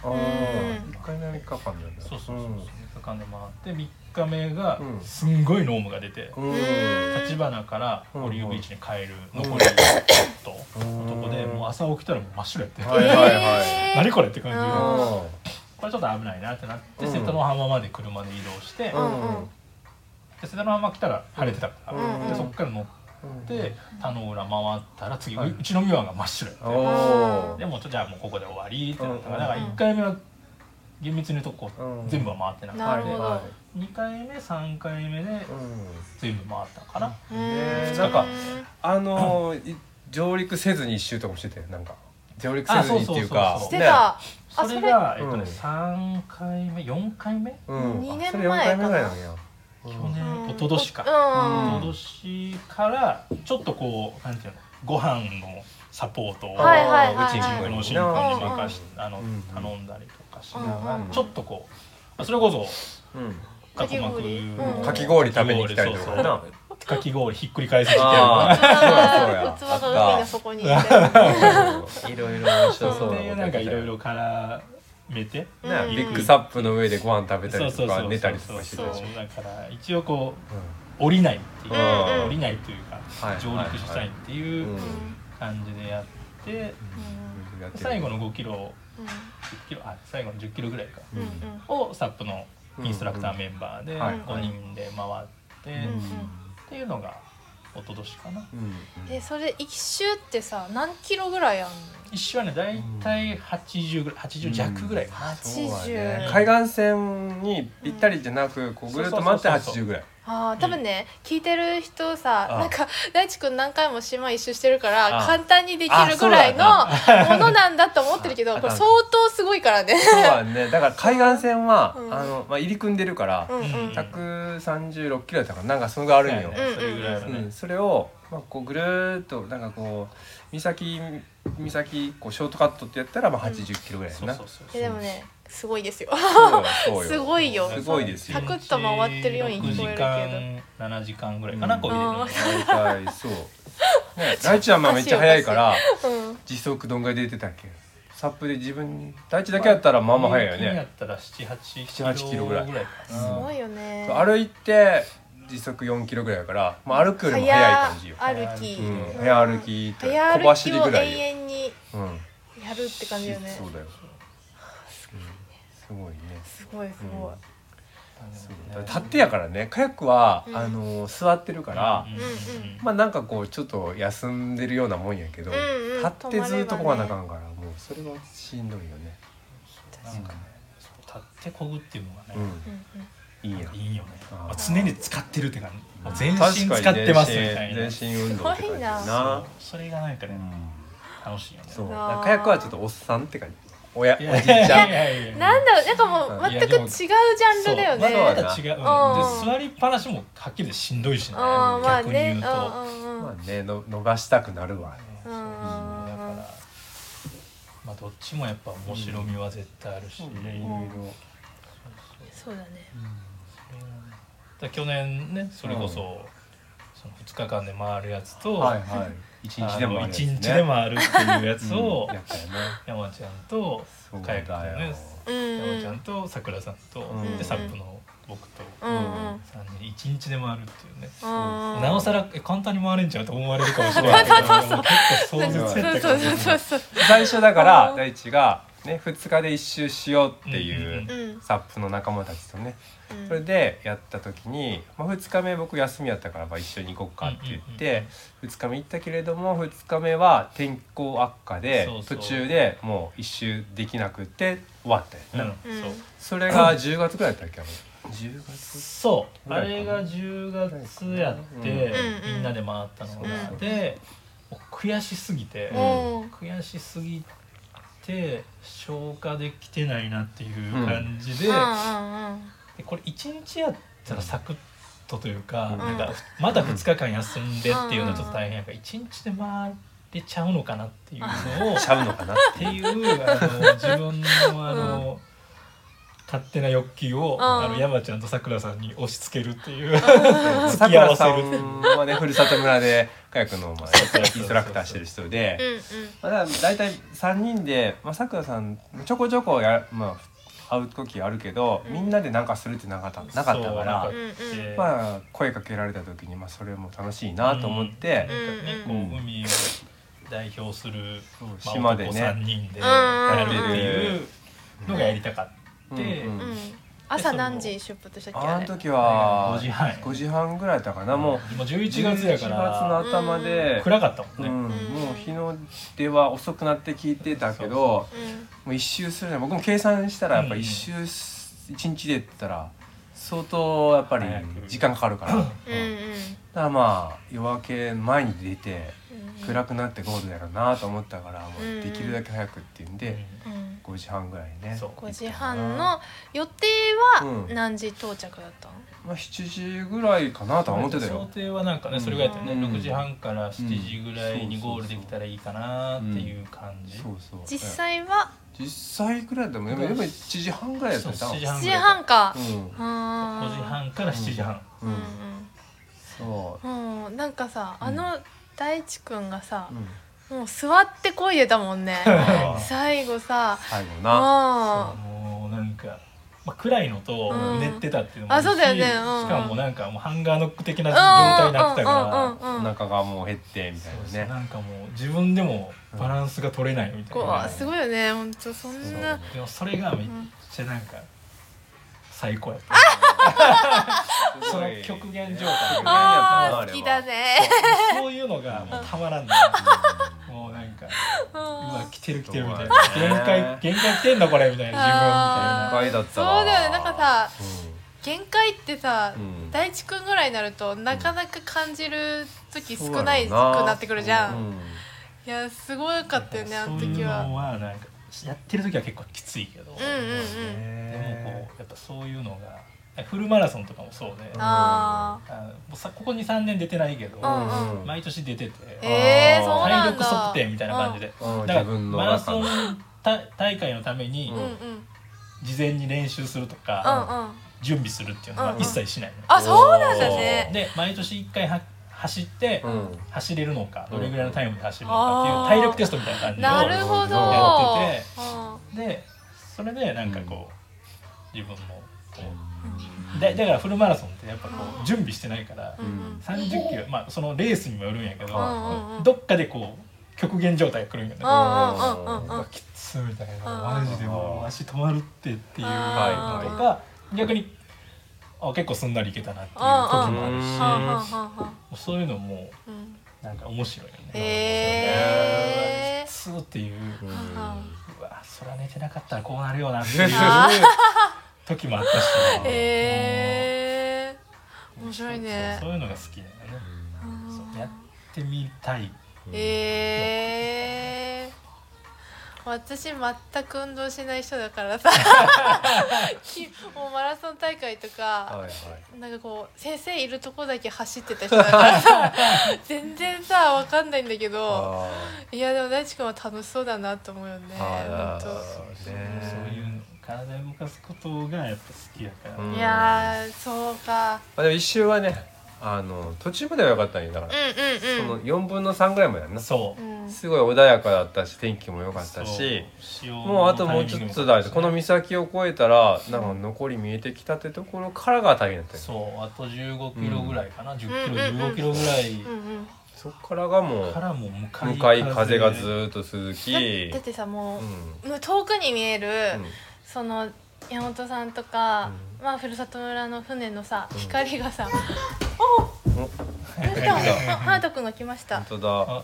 S1: あー一回目は3日間なんだ
S3: たそうそうそう3日間で回って3日目が
S1: うん
S3: すんごいノームが出て
S1: うんうん
S3: 立花から
S1: うん
S3: オリーブビーチに帰る
S1: うん
S3: 残りちょっと
S1: うん
S3: のとこでもう朝起きたらもう真っ白やって
S1: はいはい
S3: (laughs)
S1: はい
S2: えー
S3: 何これって感じ
S2: う
S3: で
S2: ん
S3: これちょっと危ないなってなって
S1: うん
S3: 瀬戸の浜まで車で移動して
S1: うんうん
S3: で瀬戸の浜来たら晴れてたから、
S1: うん
S3: でそこから乗っって田の裏回ったら次、ううちの美和が真っ白やって
S1: おお
S3: でもうちょじゃあもうここで終わりってなったか
S1: うん
S3: らだから1回目は厳密に言うとこう、
S1: うん
S3: 全部は回ってな
S2: な
S3: く
S2: るほど
S3: て2回目3回目で全部回ったのかな、
S1: ね
S2: うん
S1: なんかあのーい上陸せずに一周とかもしてたよなんか上陸せ
S3: あ
S1: ず
S3: そう
S1: にって
S3: そう
S1: い
S3: そうそう
S1: うか
S2: してたあ
S3: それが
S1: それ
S3: えっとね、
S1: うん
S3: 3回目4回目
S1: ねうん
S2: 二
S1: あ
S2: 年
S1: それ四
S2: 前
S1: 回
S2: か
S1: 目
S2: な
S1: ぐらいなんやうん
S3: 去年
S2: うん
S3: 一昨年か、
S2: うん
S3: 今年からちょっとこうなんていうのご飯のサポートを、
S2: はいはいはいう
S3: ちにこの新婚に任しあの、
S1: うん
S3: 頼んだりとかしながら、
S2: うんうん
S3: ちょっとこうそれこそ
S1: うん
S2: かき氷うん
S1: かき氷食べに来たりとか
S3: そうそう
S1: な
S3: かき氷ひっくり返す事件
S1: あ
S2: 器が器
S1: そうやそうや
S2: が海の底に行って
S1: いろいろ面白
S3: そ
S1: そうう
S3: いうなんかいろいろ絡めて
S1: ね
S2: うん
S1: ビッグサップの上でご飯食べた
S3: そう
S1: り
S3: そ
S1: と
S3: うそ
S1: か
S3: う
S1: 寝たりとかして
S3: そう
S1: たし
S3: そううんだから一応こう降りないっていう、
S1: うん
S3: 降りないというか
S1: はい
S3: 上陸したいっていううん感じでやって、
S1: やってる
S3: 最後の5キロ
S2: うん
S3: 10キロあ最後の10キロぐらいか
S2: うんうん
S3: をサップのインストラクターメンバーで
S1: うんはい
S3: 5人で回って、
S2: うん
S3: っていうのが一昨年かな
S1: うんうん
S2: うんえそれ一周ってさ何キロぐらいあんの
S3: 一周はね大体80ぐらい80弱ぐらいかな、
S1: そうやね
S2: 80
S1: 海岸線にぴったりじゃなくこうぐるっと回って80ぐらい
S2: あー多分ね聞いてる人さ
S1: あ
S2: なんか大地君何回も島一周してるから
S1: あ
S2: 簡単にできるぐらいの
S1: あ
S2: ものなんだと思ってるけど
S1: あ
S2: これ相当すごいからね。
S1: そうやねだから海岸線は
S2: うん
S1: あのまあ入り組んでるから
S2: うんうん
S1: 136キロだったかななんかそのぐらいあるんよ
S3: そうやねそれぐらいのね、
S1: うん、それを、まあ、こうぐるーっとなんかこう岬岬こうショートカットってやったらまあ80キロぐらいや
S3: そう
S1: な、
S3: そうそう
S2: えでもねすごいですよ。
S1: そうよ
S2: すごいよ
S1: すごいですよ
S2: サクッと回ってるように聞こえるけど
S3: ど7時間ぐらいかな、
S1: うん
S3: こういうの
S1: 大体そうね大地はまあめっちゃ速いから
S2: うん
S1: 時速どんぐらいで出てたっけサップで自分大地だけやったらまあまあ速いよ
S3: や
S1: ね
S3: ったら7 8
S1: 7-8
S3: キ
S1: キ
S3: ロ
S1: ロ
S3: ぐ
S1: ぐ
S3: ら
S1: ら
S3: い
S1: い
S3: か
S2: す
S3: な
S2: ごいよね。
S1: そう歩いて時速4キロぐらいやから、まあ、歩くよりも速い感じよ、
S2: 早歩き、
S1: うん
S2: うん
S1: 早歩きと
S2: 早
S1: 小走りぐ
S2: 歩きを永
S1: らいよ、
S2: 遠に
S1: うん、
S2: やるって感じよね。
S1: そうだよ、うん、すごいね
S2: すごいすごい。
S1: そうだ立ってやからねカヤックは、
S2: うん
S1: あの座ってるから、
S3: うんうん
S1: まあなんかこうちょっと休んでるようなもんやけど、
S2: うんうん
S1: 立ってずっとこがなあかんから、もうそれはしんどいよね、
S3: なんかね立ってこぐっていうのが
S1: う
S3: ね、
S1: ん、
S2: うんうん
S1: いい
S3: なん
S1: や
S3: か
S1: ん
S3: いいよね
S1: あー
S3: 常に使ってるって感
S1: うん
S3: じ全身使ってますみた
S1: 確
S3: い
S1: か
S3: な
S1: に全身全身運動って感じだ
S2: すごい
S1: な
S3: それがなんかね、楽しいよね
S1: そう
S2: あ
S1: だ
S2: ー
S1: からカヤックはちょっとおっさんって感じ親お
S3: い
S1: じい
S3: やい
S1: ち
S3: やい
S1: ゃん
S3: やいや
S2: なんだろうなんかもう
S3: いや
S2: 全く違うジャンルだよ
S1: そうまだま
S2: ね。
S1: だ
S3: また違う、うん
S2: うん
S3: で座りっぱなしもはっきりでしんどいしね、
S2: ああまあ
S3: 逆に言
S2: ね。
S3: うと、
S2: うんうんうん。
S1: まあねの伸ばしたくなるわ
S2: う
S3: だから
S2: ん
S3: まあどっちもやっぱ面白みは絶対あるし、
S1: いろいろ
S2: そうだね。
S3: で去年ねそれこそ、その2日間で回るやつと、
S1: はいはい一日でもあ
S3: あ
S1: るや
S3: の
S1: つ
S3: 一
S1: ね
S3: 日で回るっていうやつを、
S1: やったよね
S3: 山ちゃんと
S1: そう
S3: カヤックの
S1: だよ
S3: ね
S2: うんうん。
S3: 山ちゃんとさくらさんと、
S1: うん
S3: でサップの僕と
S2: うんうん。
S3: 3人で一日で回るっていうね、
S2: うん
S3: なおさらえ簡単に回れんちゃうと思われるかもしれないけど結構
S2: そう
S3: 壮
S2: そう
S3: 絶やったか
S2: そ
S3: ら
S2: う
S3: ね
S2: そうそう。
S1: 最初だから
S2: うん
S1: 大地がね2日で一周しようってい
S3: うん
S1: う
S2: うんうん。
S1: サップの仲間たちとねそれでやった時に、まあ、2日目僕休みやったからまあ一緒に行こうかって言って2日目行ったけれども2日目は天候悪化で
S3: そうそ
S1: 途
S3: う
S1: 中でもう一周できなくて終わった
S3: うん
S1: よね
S2: うん
S3: そう
S1: それが10月ぐらいだったっけあの10月
S3: そう
S1: ぐ
S3: あ
S1: らいかな
S3: れが10月やって、
S2: うんうん
S3: みんなで回ったのが、
S2: うん
S3: でもう悔しすぎて、
S1: う
S2: うん。
S3: 悔しすぎて消化できてないなっていう感じで,、
S2: う
S3: でこれ1日やったらサクッとというか,、
S1: うん
S3: なんかまた2日間休んでっていうのはちょっと大変やから1日で回れちゃうのかなっていう (laughs) のを。
S1: ちゃうのかな
S3: っていうあの自分のあの、勝手な欲求を、
S2: ん
S3: あの山ちゃんとさくらさんに押し付けるって (laughs) いう、
S1: さくらさん
S3: 付き合わせる
S1: はねふるさと村でカヤックのまあ
S3: (laughs) そうそうそう
S1: インストラクターしてる人で。
S2: んうん
S1: まあ、だから大体3人で、まあ、さくらさんちょこちょこや、まあ、会う時あるけど、みんなでなんかするってなかったなかった
S3: そう
S1: か
S3: な
S1: ら
S3: ん、って
S1: まあ、声かけられた時に、まあ、それも楽しいなと思って
S3: う、んなんかねこう
S1: うん
S3: 海を代表する、
S1: そう
S3: まあ
S1: 島でね
S3: 男3人でやるっていうのがやりたかっ
S1: うん
S3: て、
S1: うん
S2: うんうん朝何時出発したっけあ
S1: あの
S2: れ
S1: 時は
S3: 5時半
S1: 5時半ぐらいだったかなもう
S3: もう11月やか
S1: 11
S3: ら
S1: 月の頭で、
S3: 暗かったもん
S1: うん
S3: ね、
S1: もう日の出は遅くなって聞いてたけどもう一周するね僕も計算したらやっぱ一周す一日でって言ったら相当やっぱり
S3: 早く
S1: 時間かかるから、
S2: うんうん
S1: だからまあ夜明け前に出て暗くなってゴールだろうなと思ったからもうできるだけ早くっていうんで
S2: うんうん
S1: 5時半ぐらいにね
S3: そう
S2: 5時半の予定は
S1: うん
S2: 何時到着だったの
S1: まあ7時ぐらいかなとは思ってた
S3: 想
S1: よ
S3: 定はなんかね、それぐらいだったよね、
S1: うん
S3: 6時半から7時ぐらいにゴールできたらいいかなっていう感じ、
S1: そうそう
S2: 実際は
S1: 実際ぐらいだもんでもでも7時半ぐらいだった
S3: そう
S1: よ
S3: 7
S2: 7時
S3: 時半ぐらい
S2: 半か
S1: うん
S2: あ
S3: 5
S2: ー
S3: 時半から7時半、
S1: う
S2: うん
S1: んそ
S2: うんうんなんかさあの大地くんがさ
S1: う、うん、
S2: もう座ってこいでたもんね
S3: (laughs)
S2: 最後さ
S1: 最後
S2: うん
S1: な
S2: あ
S3: もうなんか、まあ、暗いのと
S2: うん
S3: 寝てたっていうのも
S2: あ
S3: るし
S2: そうだよねうん
S3: しかもなんかもうハンガーノック的な
S2: 状
S3: 状態になってた
S2: うん
S3: から
S2: うんうん
S1: お
S2: うん
S1: 腹がもう減ってみたい
S3: そうそう
S1: なね
S3: なんかもう自分でもバランスが取れないみたい
S2: こ
S3: な、
S2: わすごいよね本当そんな
S3: でもそれがめっ
S2: うん
S3: ちゃなんか最高やった、
S1: す
S3: そ
S1: ご
S3: の
S1: い
S3: 極限状態
S1: あ
S2: あ
S1: あれ
S2: ー
S1: は
S2: 好きだね
S3: そういうのがもうたまらんね、もうなんかうわ来てる来てるみたいな
S1: そうね
S3: 限界限界来てんだこれみたいな
S1: 限
S2: あ
S3: 自
S1: 界だった
S2: そうだよねなんかさ
S1: う
S2: 限界ってさ、
S1: うん
S2: 大地くんぐらいになるとなかなか感じる時
S1: ん
S2: 少ないくなってくるじゃん、
S1: うん
S2: いやすごかったよ
S3: 分み
S2: ね
S3: た
S2: あ
S3: いな
S2: の
S3: そう
S2: 時
S3: いう
S2: は
S3: のはなんかやってる時は結構きついけ
S2: う
S3: ど、
S2: んうんうん
S3: でもこうやっぱそういうのがフルマラソンとかもそうで、
S1: ん
S3: あ
S2: あ
S3: のもうさここ23年出てないけ
S2: う
S3: ど、
S2: ん
S1: うん
S3: 毎年出てて、
S2: ーえ
S1: あ
S2: ー、
S1: ー
S2: そう
S3: 体
S2: なん
S3: 力
S2: だ
S3: 測定みたいな感じで、
S1: うん
S3: だから
S1: 自分の
S3: マラ
S1: 中
S3: ソ
S1: の
S3: ン大大会のために
S2: うんうんうんうん
S3: 事前に練習すると
S2: う
S3: か、
S2: ん
S3: 準備するっていうの
S2: う
S3: は
S2: んうん
S3: 一切しないの、
S2: あそうなんだね
S3: で毎年1回は走って、
S1: うん
S3: 走れるのかどれぐらいのタイムで走るのかっていう体力テストみたいな感じ
S2: なるほど
S3: やって
S2: うん
S3: でそれでなんかこう、自分もこうだだからフルマラソンってやっぱこう準備してないから、
S2: うんうん
S3: 30キロまあそのレースにもよるんやけど、
S2: うんうんうん
S3: どっかでこう極限状態が来るんやね、
S2: うんうんうんうんうん
S3: きつみたい
S2: うんう
S3: なんマジでもう足止まるってっていうのと
S2: はい
S3: か逆にあ結構すんなりいけたなっていう時もある
S1: う
S3: し
S1: ん
S2: はんはんはんはん
S3: そういうのも
S2: うん
S3: なんか面白いよね。
S2: へえ
S3: きつっていう
S1: うん
S2: はんはん
S3: うわそら寝てなかったらこうなるよなっていう
S2: あ
S3: 時もあったし
S2: へえ面白いね
S3: そうそういうのが好きだよねそうやってみたい
S2: へえ私全く運動しない人だか
S1: (laughs)
S2: らさきもうマラソン大会と
S1: (laughs) はい
S2: か、
S1: はい
S2: なんかこう先生いるとこだけ走ってた人だか
S1: (laughs)
S2: らさ全然さわかんないんだけど
S1: あ
S2: いやでも大地君は楽しそうだなと思うよね
S1: ーあ
S2: 本当
S1: ーそうね
S3: そういうの体を動かすことがやっぱ好きだから、
S1: うん
S2: いやーそうか
S1: まあでも一周はねあの途中までは良かったんよだか
S2: う
S1: ら、
S2: んうん
S1: そうの4分の3ぐらいまでやんな
S3: そう
S2: うんうん
S1: すごい穏やかだったし天気も良かったし
S3: そう
S1: もうあともうちょっとだこの岬を越えたらなんか残り見えてきたってところからが大変だったよ
S3: そうあと15キロぐらいかな、10キロ
S2: うんうんうん
S3: 15キロぐらい
S2: うん
S1: そっからがもう
S3: からもう向かい
S1: 向かい風がずーっと続き
S2: だだってさも
S1: うん
S2: う、もう遠くに見える、
S1: うん
S2: その山本さんとか、まあふるさと村の船のさ光が
S3: (laughs)
S2: さ、お
S1: お
S2: おどうしたのあハートくんが来ました
S1: 本当だ
S3: あ
S2: ハ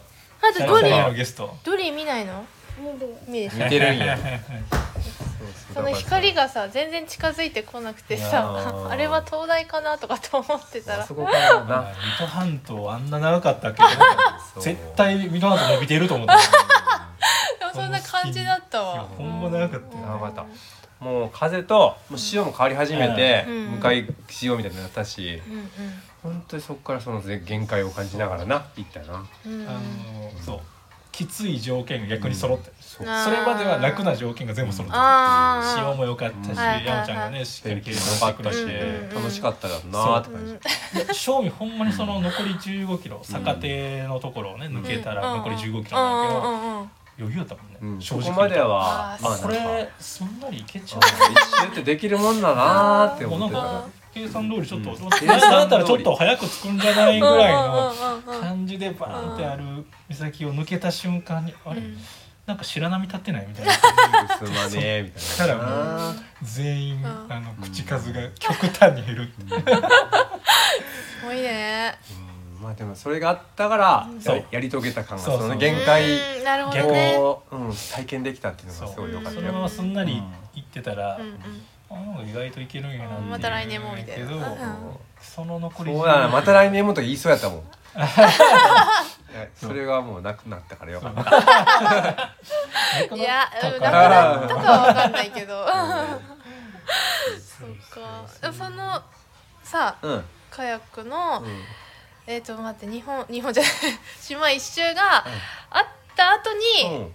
S3: シ
S2: ー
S3: ャラ
S2: トド
S3: シ
S2: リ
S3: ャラ
S2: ー
S3: のゲスト
S2: ドリー見ないの見るでしょ
S1: 見てるん (laughs) や
S2: その光がさ全然近づいてこなくて
S1: いや
S2: さ
S1: ー
S2: (laughs) あれは灯台かなとかと思ってた
S1: あ
S2: ら
S1: そこから
S3: まあ
S1: な
S3: 水戸半島あんな長かったけど
S1: そう
S3: 絶対水戸半島伸びてると思ってた
S2: でもそんな感じだった
S3: いや
S2: わ
S3: ほんま長かったよ
S1: 長かったもう風ともう潮も変わり始めて
S2: うん
S1: 向かい潮みたいになったし
S2: うんうん
S1: 本当にそこからその限界を感じながらな行ったよな
S2: うんうん
S3: あのそうきつい条件が逆に揃ってる、
S1: そう
S2: あー
S3: それまでは楽な条件が全部揃ってる
S2: あー
S3: 潮も良かったし、
S1: うん
S2: はい
S3: 山ちゃんがねしっか
S1: 天
S3: り
S1: 気
S3: 計
S1: も
S3: 算
S1: 良か
S3: して
S1: っ
S3: く
S1: た
S3: れて
S1: し
S2: うん
S1: 楽しかっただろうなって感じ
S3: で正味ほんまにその残り15キロ坂手のところをね抜けたら残り15キロなんやけ
S2: う
S3: ど
S2: んうんうん
S3: 余裕だったもんね、
S1: うん
S3: 正
S1: そ
S3: 直
S1: こまでは
S2: あー
S1: まあ
S3: こ
S1: なんか
S3: れそんなにいけちゃう
S1: 一周ってできるもんだなーって
S3: もう
S1: 思っ
S3: なん
S1: てた
S3: (laughs)
S1: から
S3: か計算通りちょっ
S1: う
S3: と、
S1: ん
S3: 前だったらちょっと早く着くんじゃないぐらい
S2: う
S3: の
S2: んうんうんうんうん
S3: 感じでバーンってある岬を抜けた瞬間にあれ、
S2: うん
S3: なんか白波立ってないみ
S2: (laughs)
S3: たいな
S1: すまねえみ
S3: したた
S1: い
S3: ら
S1: な
S3: もう全員
S2: あ
S3: あの口数が極端に減るっていう
S2: すごいね
S1: うんまあでもそれがあったから
S3: そう
S1: ややり遂げた感が
S3: そ
S1: そ
S3: うそう
S1: の限界
S2: うんなるほど
S3: 逆
S2: ね
S1: を、うん、体験できたっていうのがす
S3: そ
S1: ご
S3: う
S1: い良かった
S3: そのま
S1: よ
S3: ますんなり行ってたら、
S2: うん
S3: あなんか意外といけるんやなっていう
S1: また
S2: 来年もみたいな
S3: けど
S2: うん
S3: その残り
S1: そうだなまた来
S3: 年
S1: 年もとか言いそうやったもんいやそれがもうなくなったからよかった
S2: うんい
S3: (laughs)
S2: やうんなく
S1: ら
S2: なったかは分かんないけどそうかえそのさ
S1: うん、うん
S2: カヤックの、
S1: うん
S2: えっ、と待って日本日本じゃない (laughs) 島一周があった後に、
S1: うん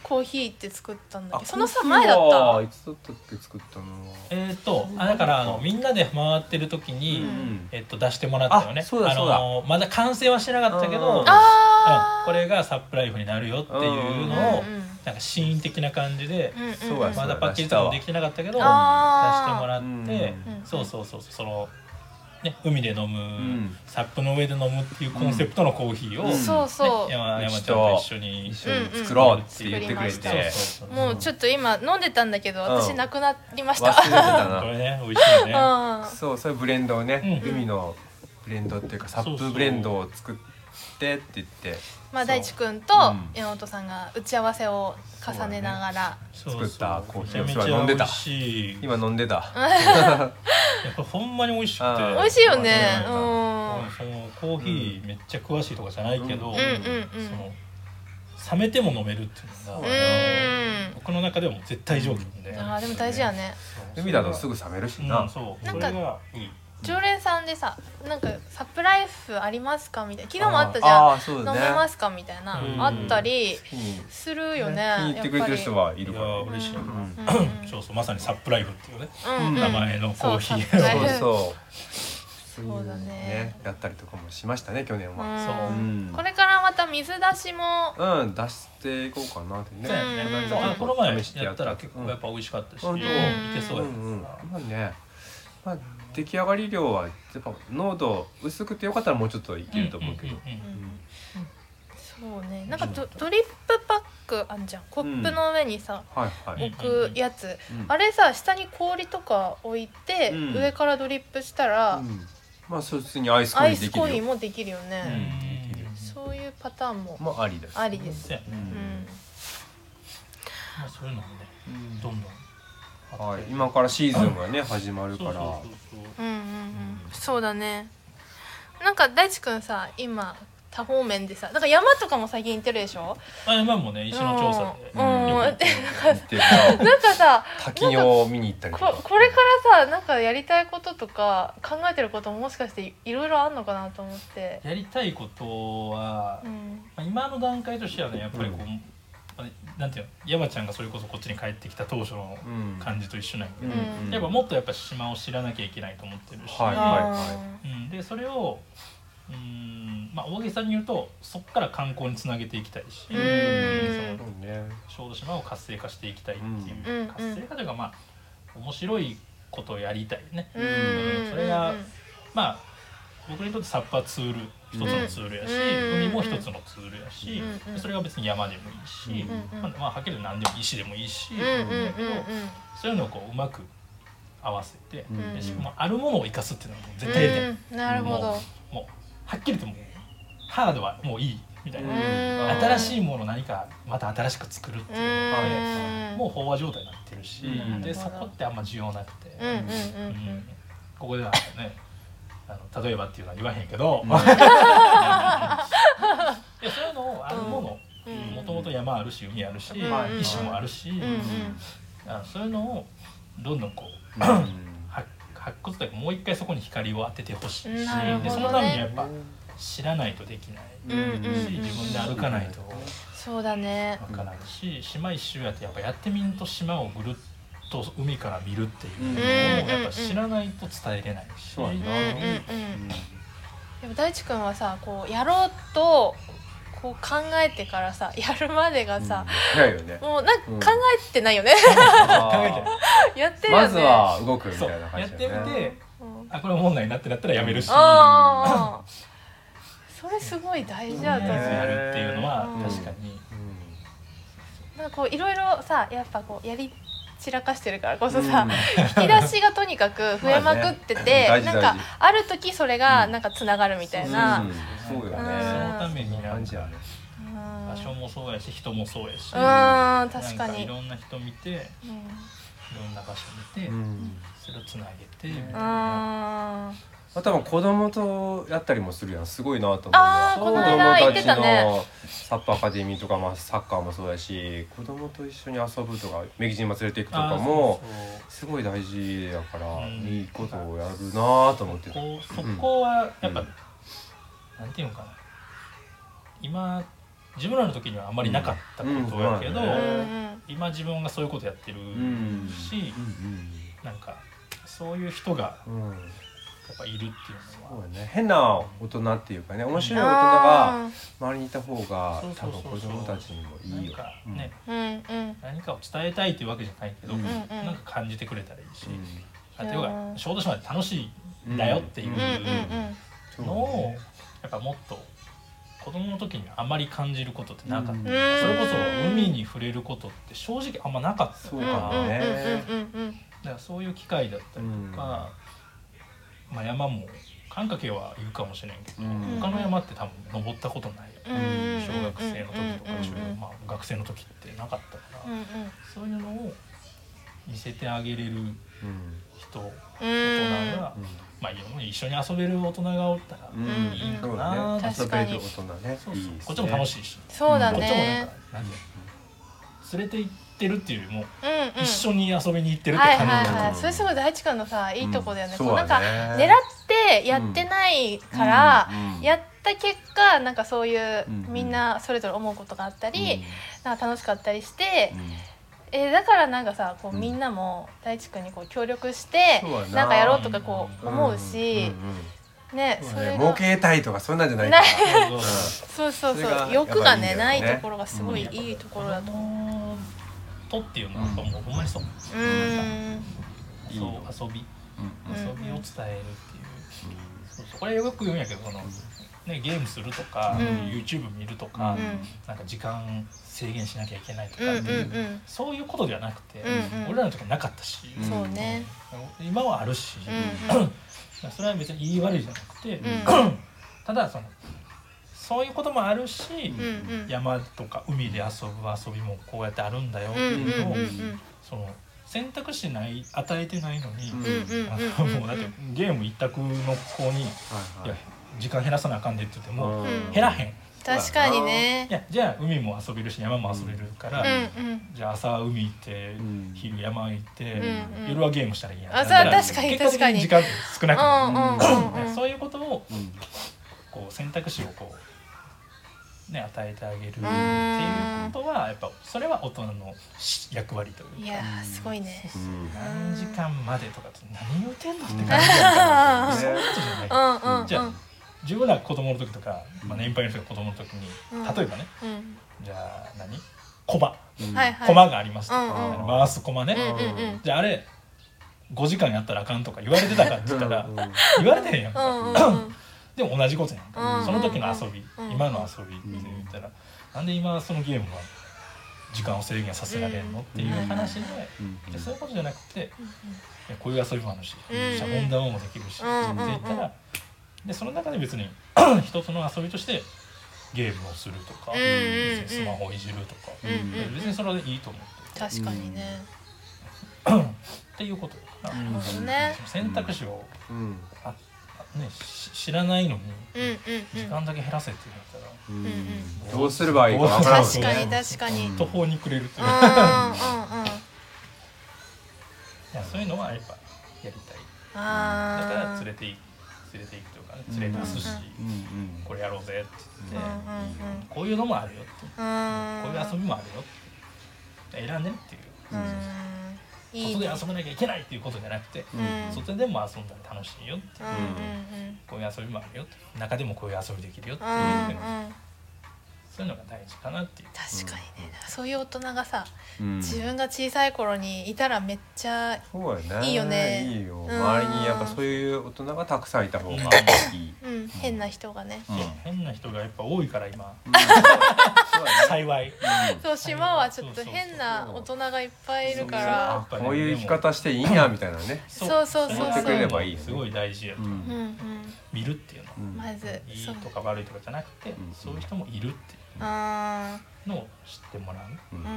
S2: コーヒーって作ったんだ
S1: あ
S2: けどそのさ
S1: コーヒー
S2: 前だった
S1: はいつだったっけ作ったのは
S3: えっ、とあだからあのみんなで回ってる時に、
S1: うん
S3: えっと出してもらったよね
S1: あそうだそうだ
S3: のまだ完成はしてなかったけ
S1: うん
S3: ど、
S1: う
S3: うんん、
S2: ああ、
S3: これがサプライズになるよっていう
S2: うん
S3: のを、
S2: うん
S3: なんかシーン的な感じで、
S2: うんうん
S1: そうや
S3: まだパッケージとかもできてなかったけど出しても
S2: あ
S3: らって、
S1: うん
S3: そうそうそうそうその、ね、海で飲む、
S1: ん
S3: サップの上で飲むっていうコンセプトのコーヒーを、
S1: うん
S3: ね
S2: そうそう、
S3: 山
S1: う
S3: 山
S1: ち
S3: ちゃ
S1: と
S3: んと一緒に
S1: 一緒に作ろうって言ってくれ
S2: 作りまし
S1: て
S2: た
S3: そうそうそう
S2: もうちょっと今飲んでたんだけど、私
S1: うん
S2: なくなりまし
S1: 忘れ
S2: た、
S1: て
S3: こ
S1: た
S3: れね美味しいよね。
S2: (laughs) うん
S1: なそうそれブレンドをね、
S3: うん
S1: 海のブレンドっていうかサップブレンドを作ってって言って
S2: まあ大地君と
S1: うん
S2: 山本さんが打ち合わせを重ねながら、
S3: そう
S1: 作ったコーヒーを
S3: めちゃめち
S1: それは
S3: ゃ
S1: 飲んで
S3: 美
S1: た
S3: 味しいや
S1: 今飲んでた
S3: っぱほんまに美味しくて
S1: あー
S2: 美味しいよね、
S1: う
S2: うんん、
S3: そのコーヒーめっちゃ詳しいとかじゃないけど、
S1: うん
S2: うんうんうん
S3: その冷めても飲めるっていうの
S1: そう
S3: が
S2: うん
S3: 僕の中でも絶対条件で、
S2: あーでも大事やね
S3: そう
S1: 海だとすぐ冷めるし
S3: うん
S1: な、
S3: そう
S2: なん
S3: こ
S2: か
S3: れがいい
S2: 常連さんでさなんかサプライズありますかみたいな昨日もあったじ
S1: あ
S2: ゃん
S1: ーあーそう
S2: 飲
S1: だね
S2: めますかみたいな、
S3: うん
S2: あったり
S1: 気に
S2: するよね
S1: 気に入
S2: や
S1: っ
S2: って
S1: くれ
S2: ぱ
S1: てる
S2: り
S1: 人はい
S3: い
S1: る
S3: や
S1: から
S3: ー嬉しい、
S1: うん
S3: そうそうまさにサップライフっていうね、
S2: うんうん
S3: 名前のコーヒー
S2: そう
S3: を
S2: サプライズ
S1: そうそう
S2: そうだね
S1: やったりとかもしましたね去年
S2: う
S1: は、
S2: ん
S1: うん
S2: これからまた水出しも
S1: うん、出していこうかなってね、
S2: うん
S3: そうあこの前やったら
S1: 試して
S3: 結
S1: や
S3: 構やっぱ美味しかったし、
S1: うん
S3: いけそう
S1: う
S3: や
S1: ん
S3: っ
S1: う
S3: た
S1: んまあね、まあ、出来上がり量はやっぱ濃度薄くてよかったらもうちょっといけると思うけど、
S3: んんん
S2: う
S3: うんん
S2: そうねなんかドドリップパックあんじゃんコップの上にさ、
S1: はいはい、
S2: 置くやつ、
S1: うん
S2: あれさ下に氷とか置いて、
S1: うん
S2: 上からドリップしたら、
S1: うんまあそれ普通にアイスコー
S2: ア
S1: ヒ
S2: イ
S1: ーで
S2: ス
S1: き
S2: コーヒ
S1: る
S2: ー
S1: よ
S2: もできるよ
S3: う
S2: ね、
S3: ん
S2: そういうパターンも
S1: もありです
S2: ありです、
S3: そうやね
S1: うん
S2: うん
S3: まあ、そういうのもね
S1: うん
S3: どんどん
S1: はい、今からシーズンがね始まるから
S3: そうそうそう
S2: うんうんうん、そうだねなんか大地くんさ今多方面でさなんか山とかも最近行ってるでしょ
S3: あ今もね石の調査で、
S2: うん、うん
S1: よ
S2: なん
S1: く
S2: か
S1: 行ってるな
S2: (laughs) なんかさ
S1: 滝を見に行ったりとか
S2: ここれからさなんかやりたいこととか考えてることももしかしていいろいろあんのかなと思って、
S3: やりたいことは
S2: う、ん、
S3: まあ、今の段階としてはねやっぱりこう、
S1: う
S3: まあなんていうの山ちゃんがそれこそこっちに帰ってきた当初の
S1: うん
S3: 感じと一緒なんやけど、
S2: うん
S3: やっぱもっとやっぱ島を知らなきゃいけないと思ってるし、
S1: はいは
S3: うん、でそれをうん、まあ、大げさに言うとそこから観光につなげていきたいし、
S2: うん
S3: その
S1: そうね
S3: 小豆島を活性化していきたいっていう、
S2: うん
S3: 活性化というかまあ面白いことをやりたいね、
S2: うんうんうん
S3: それがまあ僕にとってサップはツール一つのツールやし、
S2: うん
S3: 海も一つのツールやし、
S2: うんうん
S3: それが別に山でもいいし、
S2: うんうん
S3: まあ、まあはっきり言うと何でも石でもいいし、
S2: うんうんうんうん
S3: だけどそういうのをこううまく合わせて、
S1: うん
S3: でしかもあるものを生かすっていうのはもう絶対点、
S2: うんなるほど
S3: もうもうはっきりともうハードはもういいみたいな、
S1: うん
S3: 新し
S2: い
S3: いものを何かまた新しく作るっていう
S2: う
S3: のが
S2: ん
S3: もう飽和状態になってるし、
S1: うん
S3: でそこってあんま需要なくて、
S2: うんうんう
S3: う
S2: ん
S3: んここではねあの例えばっていうのは言わへんけど、
S1: ん
S3: (laughs) いやそういうのをあるも
S2: う
S3: の
S2: ん
S3: もともと山あるし海あるし、
S2: うん
S3: 石もあるし、
S2: うんうん
S3: あそういうのをどんどんこ
S1: (laughs)
S3: う
S1: うん
S3: 発発掘というかもう一回そこに光を当ててほしいし、
S2: な
S1: るほどね
S3: でそのためにやっぱ知らないとできない
S2: うんうん
S3: し自分で歩かないと。
S2: そうだね
S3: わからんし島一周やってやっぱやってみんと島をぐるっと海から見るっていうのをやっぱ知らないと伝えれないし、
S1: そうや
S2: うん
S1: な
S2: うんう
S1: う
S2: ん
S1: ん
S2: でも大地君はさこうやろうとこう考えてからさやるまでがさ、
S1: 早いよね
S2: もうなんか
S1: うん
S2: 考えてないよね
S1: あ
S2: やっ
S1: ー
S2: てるよね
S1: まずは動くみた
S3: そう
S1: いな感
S3: やっ
S1: じ
S3: てみ
S1: だよね
S3: て
S2: うん
S3: あこれおもんないなってなったらやめるし、
S2: ああそれすごい大事だと思う、
S3: やるっていうのは
S2: うん
S3: 確かに
S1: うん
S2: なんかこういろいろさやっぱこうやり散らかしてるからこそさ、引き出しがとにかく増えまくってて、
S1: まあね大事
S2: なん
S1: 大
S2: か
S1: 事
S2: ある時それがなんかつながるみたいな、
S1: うんそうよ
S3: そ
S1: ね
S3: のためになん
S1: 感じや
S3: か
S1: ね
S2: うん
S3: 場所もそうやし人もそうやし、
S2: うん確か
S3: なんい
S2: に。
S3: ろんな人見ていろんな場所見て、
S1: うん
S3: それをつなげてみたい
S2: うん、
S3: な、
S2: あ
S1: あとは子供とやったりもするやんすごいなと思う
S2: あー
S1: 子
S2: こ
S1: 供
S2: の間言ったて
S1: ち
S2: たね
S1: のサップアカデミーとか、まあ、サッカーもそうだし子供と一緒に遊ぶとかメキジンも連れていくと
S3: あ
S1: か
S3: ー
S1: も
S3: そうそう
S1: すごい大事やから
S3: うん
S1: いいことをやるなと思ってた
S3: こうそこはやっぱ、
S1: うん
S3: なんていうのかな今自分らの時にはあんまりなかったことやけど、
S1: うんうん
S2: ー
S1: う
S2: うん
S3: 今自分がそういうことやってる
S1: ん
S3: し、なんかそういう人がや
S1: うんうん
S3: っぱいるっていう
S1: そ
S3: の
S1: う
S3: は
S1: やね変な大人っていうかね面
S2: う
S1: 白
S2: ん。
S1: い大人が
S2: あ
S1: 周りにいた方が
S3: そう
S1: 多
S3: そう
S1: 分
S3: そう
S1: 子
S3: そう
S1: 供たちにもいい
S3: 何
S1: よ
S3: か
S1: うん
S3: ね、
S2: ーうんうん
S3: 何かを伝えたいっていうわけじゃないけど、
S1: うん
S2: うん
S3: なんか感じてくれたらいいし、
S1: う
S3: あていう
S2: いや
S3: か
S2: ー
S3: 小豆島で楽しいんだよってい
S2: うんうん
S1: ん
S3: う
S2: うん
S1: ん
S3: のをやっぱもっと子供の時にあんまり感じることってなかった、
S1: うん
S3: そ
S2: うん。
S3: れこそ海に触れることって正直あんまなかった
S1: そ
S3: か
S1: う
S2: うん
S1: か
S2: うん
S1: もね
S2: うんうんうん
S3: らそういう機会だったりとか、まあ、山も感掛けは言うかもしれんけど、
S1: うん
S3: 他の山って多分登ったことない、
S2: うんうんうん。
S3: 小学生の時とか中、
S2: うんうんうん
S3: まあ、学生の時ってなかったから、
S2: うんうん
S3: そういうのを見せてあげれる
S1: うん
S3: 人
S2: う
S3: 大
S2: ん
S3: 人が、まあ、一緒に遊べる大人がおったら、
S1: うん
S2: うん
S1: いいか
S3: うん
S1: な遊
S2: 確
S1: べ
S2: か
S1: る大
S2: に
S1: 人ね
S3: そう
S1: いい
S3: そう
S1: ですね
S3: こっちも楽しいし、
S2: そうだ
S3: こっちもなん
S2: ね
S3: か。なんていうの連れて行ってるっていうよりも、
S2: うんうん。
S3: 一緒に遊びに行ってるって
S2: はいは
S3: 感
S2: い
S3: じ、
S2: はい。それすごい大地君のさいいとこだよね。
S1: うん
S2: こうなんか
S1: そうだ
S2: 狙
S1: ね
S2: ってやってないから
S1: うんうん
S2: やった結果なんかそういう
S1: うんうん
S2: みんなそれぞれ思うことがあった
S1: うん
S2: り、なんか楽しかったりして
S1: う、ん
S2: えーだからなんかさこう
S1: うん
S2: みんなも大地君にこう協力して
S1: そうやな
S2: なんかやろうとかこう思うし
S1: ん、んうん
S2: ね
S1: そう
S2: そ
S1: だね
S2: れ
S1: 儲
S2: が
S1: けたいとかそんなんじゃないから
S2: な
S3: そうそ
S2: そ
S3: う
S2: うそ
S1: そ
S2: う
S1: れが
S2: そう欲がね
S1: やっぱ
S2: ない
S1: いんだよね
S2: いところがすごい
S3: うん
S2: いいところだと思う。
S3: 思うとっていうのはもうほんまにそう、
S2: うーん
S1: いいよ
S3: そう遊び
S1: うん
S2: うん
S3: 遊びを伝えるっていう、そうそうこれよく言うんやけどその、ね、ゲームするとか、
S2: うん
S3: YouTube 見るとか、
S1: うん
S3: なんか時間制限しなきゃいけないと
S2: うんう
S3: かって
S2: ん
S3: いう、
S2: うん
S3: そういうことではなくて、
S2: うんうん
S3: 俺らの時はなかったし、
S2: うんそうね。
S3: 今はあるし、
S2: うんうん
S3: それは別に言い悪いじゃなくて、
S2: う
S3: (clears throat) ただそのそういうこともあるし、
S2: うんうん
S3: 山とか海で遊ぶ遊びもこうやってあるんだよって
S2: うんうん
S3: いうのを、
S2: うんうん
S3: その選択肢ない与えてないのに、
S1: うん
S2: うんうん
S3: あ
S2: う
S3: の
S2: んうん
S3: もうだってゲーム一択の子に、
S1: はいいは
S3: や
S1: い
S3: 時間減らさなあかんでって言って
S2: う
S3: も、
S2: ん
S3: 減らへんい
S2: 確かにね。
S3: やじゃあ海も遊べるし山も遊べるから、
S2: うんうん。
S3: じゃあ朝は海行って、
S1: ん
S3: 昼山行って、
S2: んうん
S3: 夜はゲームしたらいいやん
S2: あ
S3: だら
S1: そう確か
S2: に
S3: 結果
S2: 確
S3: 的
S2: かに
S3: 時間少なくなる
S2: うんうんうんうん。
S3: そういうことを
S1: うん
S3: こう選択肢をこうね与えてあげるっていう
S2: うん
S3: ことはやっぱそれは大人のし役割という
S2: い
S3: か
S2: やーすごいね。
S1: うん
S3: 何時間までとかって何言うてんのって感じ
S1: うん
S3: だけど
S1: うん
S3: そういうことじゃ
S2: う
S3: ない
S2: んうんうん。
S3: じゃあ自分ら子供の時とか、まあ、
S1: うん
S3: 年配の人が子供の時に
S2: うん
S3: 例えばね
S2: うん
S3: じゃあ何駒
S1: うん
S2: はいはい。
S3: 駒がありますと
S2: うんうん
S1: うん
S3: 回す駒ね、
S2: うんうんうん。
S3: じゃああれ5時間やったらあかんとか言われてたかって言ったら
S1: うんうん
S3: 言われてへんやん
S2: う
S3: か、
S2: んうんうん。
S3: でも同じことやんか、
S2: うん
S3: その時の遊び、
S2: うん
S3: 今の遊びって言ったら、なんで今そのゲームは時間を制限させられんの、っていう話で,、
S1: うん
S3: でそういうことじゃなくていやこういう遊びもあるし、
S2: うん
S3: シャボン玉もできるし、
S2: うん
S3: って言った
S2: うん
S3: らでその中で別に (clears throat) 一つの遊びとしてゲームをするとか、
S2: うんうんうん
S3: 別にスマホをいじるとか、
S2: うんうん
S3: 別にそれでいいと思って
S2: 確かにね。
S3: っていうことだな、
S2: なるほどね。
S3: 選択肢を
S1: うん
S3: ああね、し知らないのに
S2: うんうん
S3: 時
S2: うん。
S3: 間だけ減らせって言ったら。
S1: うん
S2: ん
S1: どうすればいいかわからんもん
S2: 確
S1: ね
S2: かに確かに。うんうんうん
S3: 途方に暮れるというか、
S2: う
S3: い
S2: ん。
S3: やそういうのはやっぱやりたいだから
S2: あ
S3: 連れてい連れていくというかね連れ出すし、
S1: うんうん
S3: これやろうぜって言っ
S2: うんうんう
S3: て、
S2: ん
S3: こういうのもあるよって
S2: あ。
S3: こういう遊びもあるよって選んでねっていう
S2: うん。いい
S3: 外で
S2: ね。
S3: 遊ばなきゃいけないっていうことじゃなくて、
S2: うん
S3: 外でも遊んだら楽しいよって
S2: うんうんうん。
S3: こういう遊びもあるよって中でもこういう遊びできるよって
S2: う
S3: い
S2: ん
S3: う、
S2: うん。
S3: そういうのが大事かなっていう
S2: 確かにねそういう大人がさ
S1: うん
S2: 自分が小さい頃にいたらめっちゃ
S1: そうやね
S2: いいよね
S1: いいよ
S2: うん
S1: 周りにやっぱそういう大人がたくさんいた方がいい、
S2: うん変な人がね
S1: うん
S3: 変な人がやっぱ多いから今
S1: うんそうやね
S3: 幸い
S2: そう島はちょっと変な大人がいっぱいいるから
S1: あこういう生き方していいなみたいなね
S2: そうそうそうそう
S3: 思ってくれればいいよねすごい大事や
S1: う
S3: と
S2: うん
S1: ん
S3: 見るっていうのは
S2: うんまず
S3: い
S2: そう
S3: いとか悪いとかじゃなくて
S1: うん
S3: そういう人もいるってい
S2: あ
S3: うのを知ってもらう
S1: う
S2: ー
S1: ん
S2: うんうん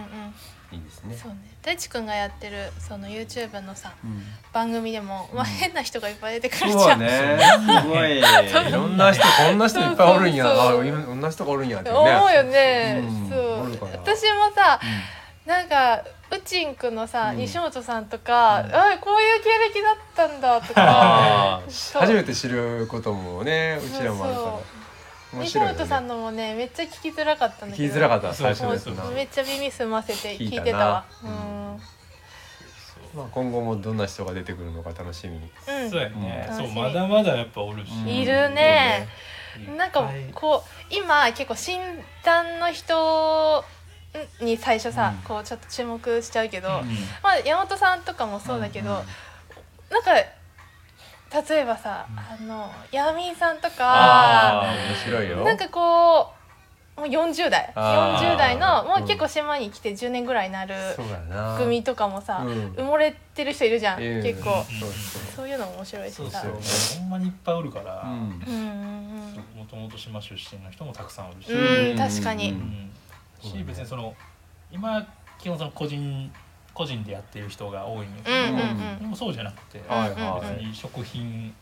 S1: いいですね
S2: そうね大地くんがやってるその YouTube のさ
S1: うん
S2: 番組でも、まあ、変な人がいっぱい出てくるじ
S1: そ
S2: ゃ、
S1: うんねすごい (laughs) いろんな人こんな人いっぱいおるんやあ
S2: そうそう
S1: こんな人がおるんやってね
S2: 思うよね、
S1: うん
S2: そ
S1: おる
S2: う
S1: かな
S2: 私もさ
S1: う
S2: なんかうちんくのさ、
S1: うん
S2: 西本さんとか、
S1: うん
S2: あこういう経歴だったんだと
S1: ん
S2: か
S1: あー初めて知ることもねうちらもあるから面
S2: 西
S1: 白いよ
S2: 本さん
S1: ね
S2: のもねめっちゃ聞きづらかったん
S1: 聞
S2: だ
S1: き
S2: けど
S1: づらかった最初
S3: そう
S1: で
S3: そ
S1: す
S3: う
S1: な
S2: もうめっちゃ耳すませて
S1: 聞い
S2: 聞
S1: た
S2: い
S1: な
S2: てたわ
S1: う
S2: うんん、
S1: まあ今後もどんな人が出てくるのか楽しみに
S2: うん
S3: そうやね
S2: うん
S3: そう
S2: 楽しみ
S3: まだまだやっぱおるし
S1: うん
S2: いるね
S3: いっぱい
S2: なんかこう今結構診断の人に最初さ、
S1: うん
S2: こうちょっと注目しちゃうけど、
S3: うん
S2: まあ、山本さんとかもそうだけど、
S1: うんうん
S2: なんか例えばさ、あのヤーミンさんと
S1: あ
S2: か
S1: あ面白いよ
S2: なんかこうもう40代
S1: あー
S2: 40代のも
S1: うん
S2: う結構島に来て10年ぐらいになる
S1: そうやな
S2: 組とかもさ、
S1: うん
S2: 埋もれてる人いるじゃん、
S1: うん
S2: 結構
S1: そうそ
S2: そういうのも面白いし
S3: そう
S2: さ
S3: そうほんまにいっぱいおるから
S1: ううん
S2: うんうん
S3: もともと島出身の人もたくさんおるし、
S2: うんうん確かに
S3: うん
S1: そうだ
S3: し
S1: ね
S3: 別にその今基本その個人個人でやってる人が多いんやけ
S2: うんうんうん
S3: どでもそうじゃなくて
S1: はい
S2: うん
S1: は
S3: 別
S1: い
S3: に食品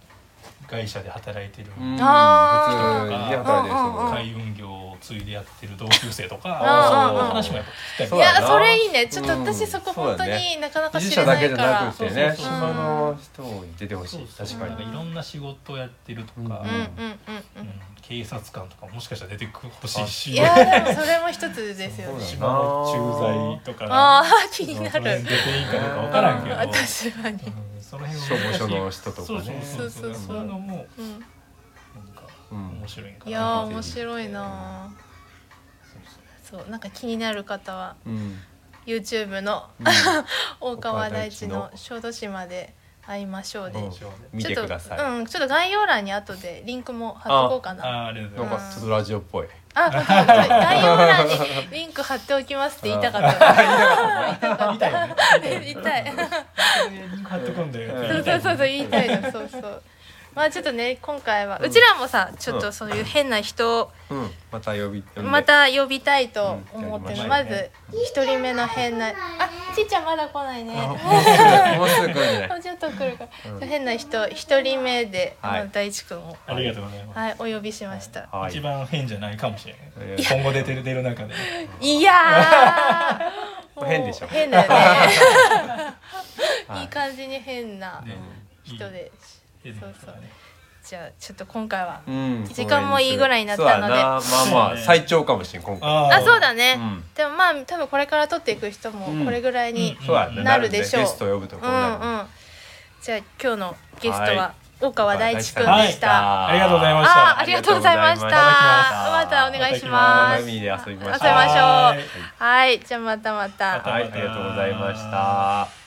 S3: 会社で働いてる、
S1: うん
S2: あ
S1: 普
S2: ー
S1: 通に働いてる人も
S3: 海運業を継いでやってる同級生と
S2: あ
S3: か
S2: ー
S3: そういう話もやっぱ聞き
S1: そ
S3: た
S1: う
S2: い
S3: い
S1: だな
S2: やそれいいねちょっと
S1: う
S2: 私
S1: ん
S2: そこ
S1: そう
S2: 本
S1: だ
S2: 当
S1: ね
S2: になかなか
S1: 技術
S2: 知
S1: 者だけ
S2: れない
S1: じ
S2: か
S1: ゃ
S2: ら
S1: なくて
S3: そ
S1: ね
S3: うそうそう
S1: 島の人に出てほし
S3: そう
S1: い
S3: そう
S1: 確
S3: な
S1: か
S3: んか
S1: に
S3: いろんな仕事をやってるとか、
S1: う
S2: うんうんうん
S3: う
S2: うんん
S3: 警察官とかもしかしたら出てくほしいし
S2: いやでもそれも一つですよね
S1: そう
S3: 島の駐在とか
S2: あー気にな
S3: その辺
S2: る
S3: 出ていいかどうか分からんけ
S2: あ
S3: ど、
S2: 確かに
S3: うんその辺
S1: 消防署の人とか
S3: そう
S1: ね
S3: そうそうそう
S2: そうそうそう
S3: そういうのも
S2: うん
S3: なんか
S1: うん
S3: 面白いんかない
S2: やー
S1: 見てみ
S2: 面
S1: て
S2: 白いなーそうなんか気になる方は
S1: うん
S2: YouTube の
S1: う
S2: 大川大地の小豆島で会いましょうで、
S1: うん
S3: そうそう
S1: 見てください
S2: ちょっとうんちょっと概要欄に後でリンクも貼っとこうかなあ
S3: あーありがとうご
S1: ん
S3: ざい
S1: なん
S3: ま
S1: かちょっとラジオっぽい
S2: 本当本当概要欄にリンク貼っておきますって言いたかった
S3: す見たいよね
S2: 言いたい
S3: リンク貼っとくんだよ
S1: 言い
S2: そ
S1: た
S2: うそうそう言いたいのそうそうまあちょっとね今回はうちらもさちょっとそういう変な人を
S1: うんまた呼び呼んで
S2: また呼びたいと思って
S1: う
S2: る
S1: ん
S2: まず一人目の変なあちいちゃんまだ来ないね
S1: あもうすぐもうすぐ来るんじゃない
S2: もうちょっと来るから、変な人一人目で、
S1: はい
S2: まあ大地君を、
S3: ありがとうございます
S2: はい、お呼びしました、
S1: はい
S3: 一番変じゃないかもしれない
S1: いや
S3: 今後出てる出る中で
S2: い、やーもう
S1: (laughs) 変でしょ
S2: 変だよね
S1: はい
S2: いい感じに変な
S3: ねいい
S2: 人で
S3: 出てる
S2: そう
S3: か
S2: そう
S3: らね
S2: じゃあちょっと今回は、
S1: うん
S2: 時間もいいぐらいになったので
S1: そうやなまあまあ最長かもしれん今回
S3: あー
S2: あそうだね、
S1: うん
S2: でもまあ多分これから撮っていく人もこれぐらいに、
S3: うん
S1: そうやね
S2: なるでしょう
S1: ゲスト呼ぶとこ
S2: う
S1: うんなる
S2: うんじゃあ今日のゲスト
S1: は
S2: は大川大地君で
S3: はい
S2: した、
S3: ありがとうございました
S2: あーありがとうございまし
S1: あ
S2: たま
S1: りがとうございました
S2: たお願いします
S1: 海で遊びましょう
S2: 遊びましょう
S3: はい
S2: はいじゃあまたまた
S1: はいありがとうございました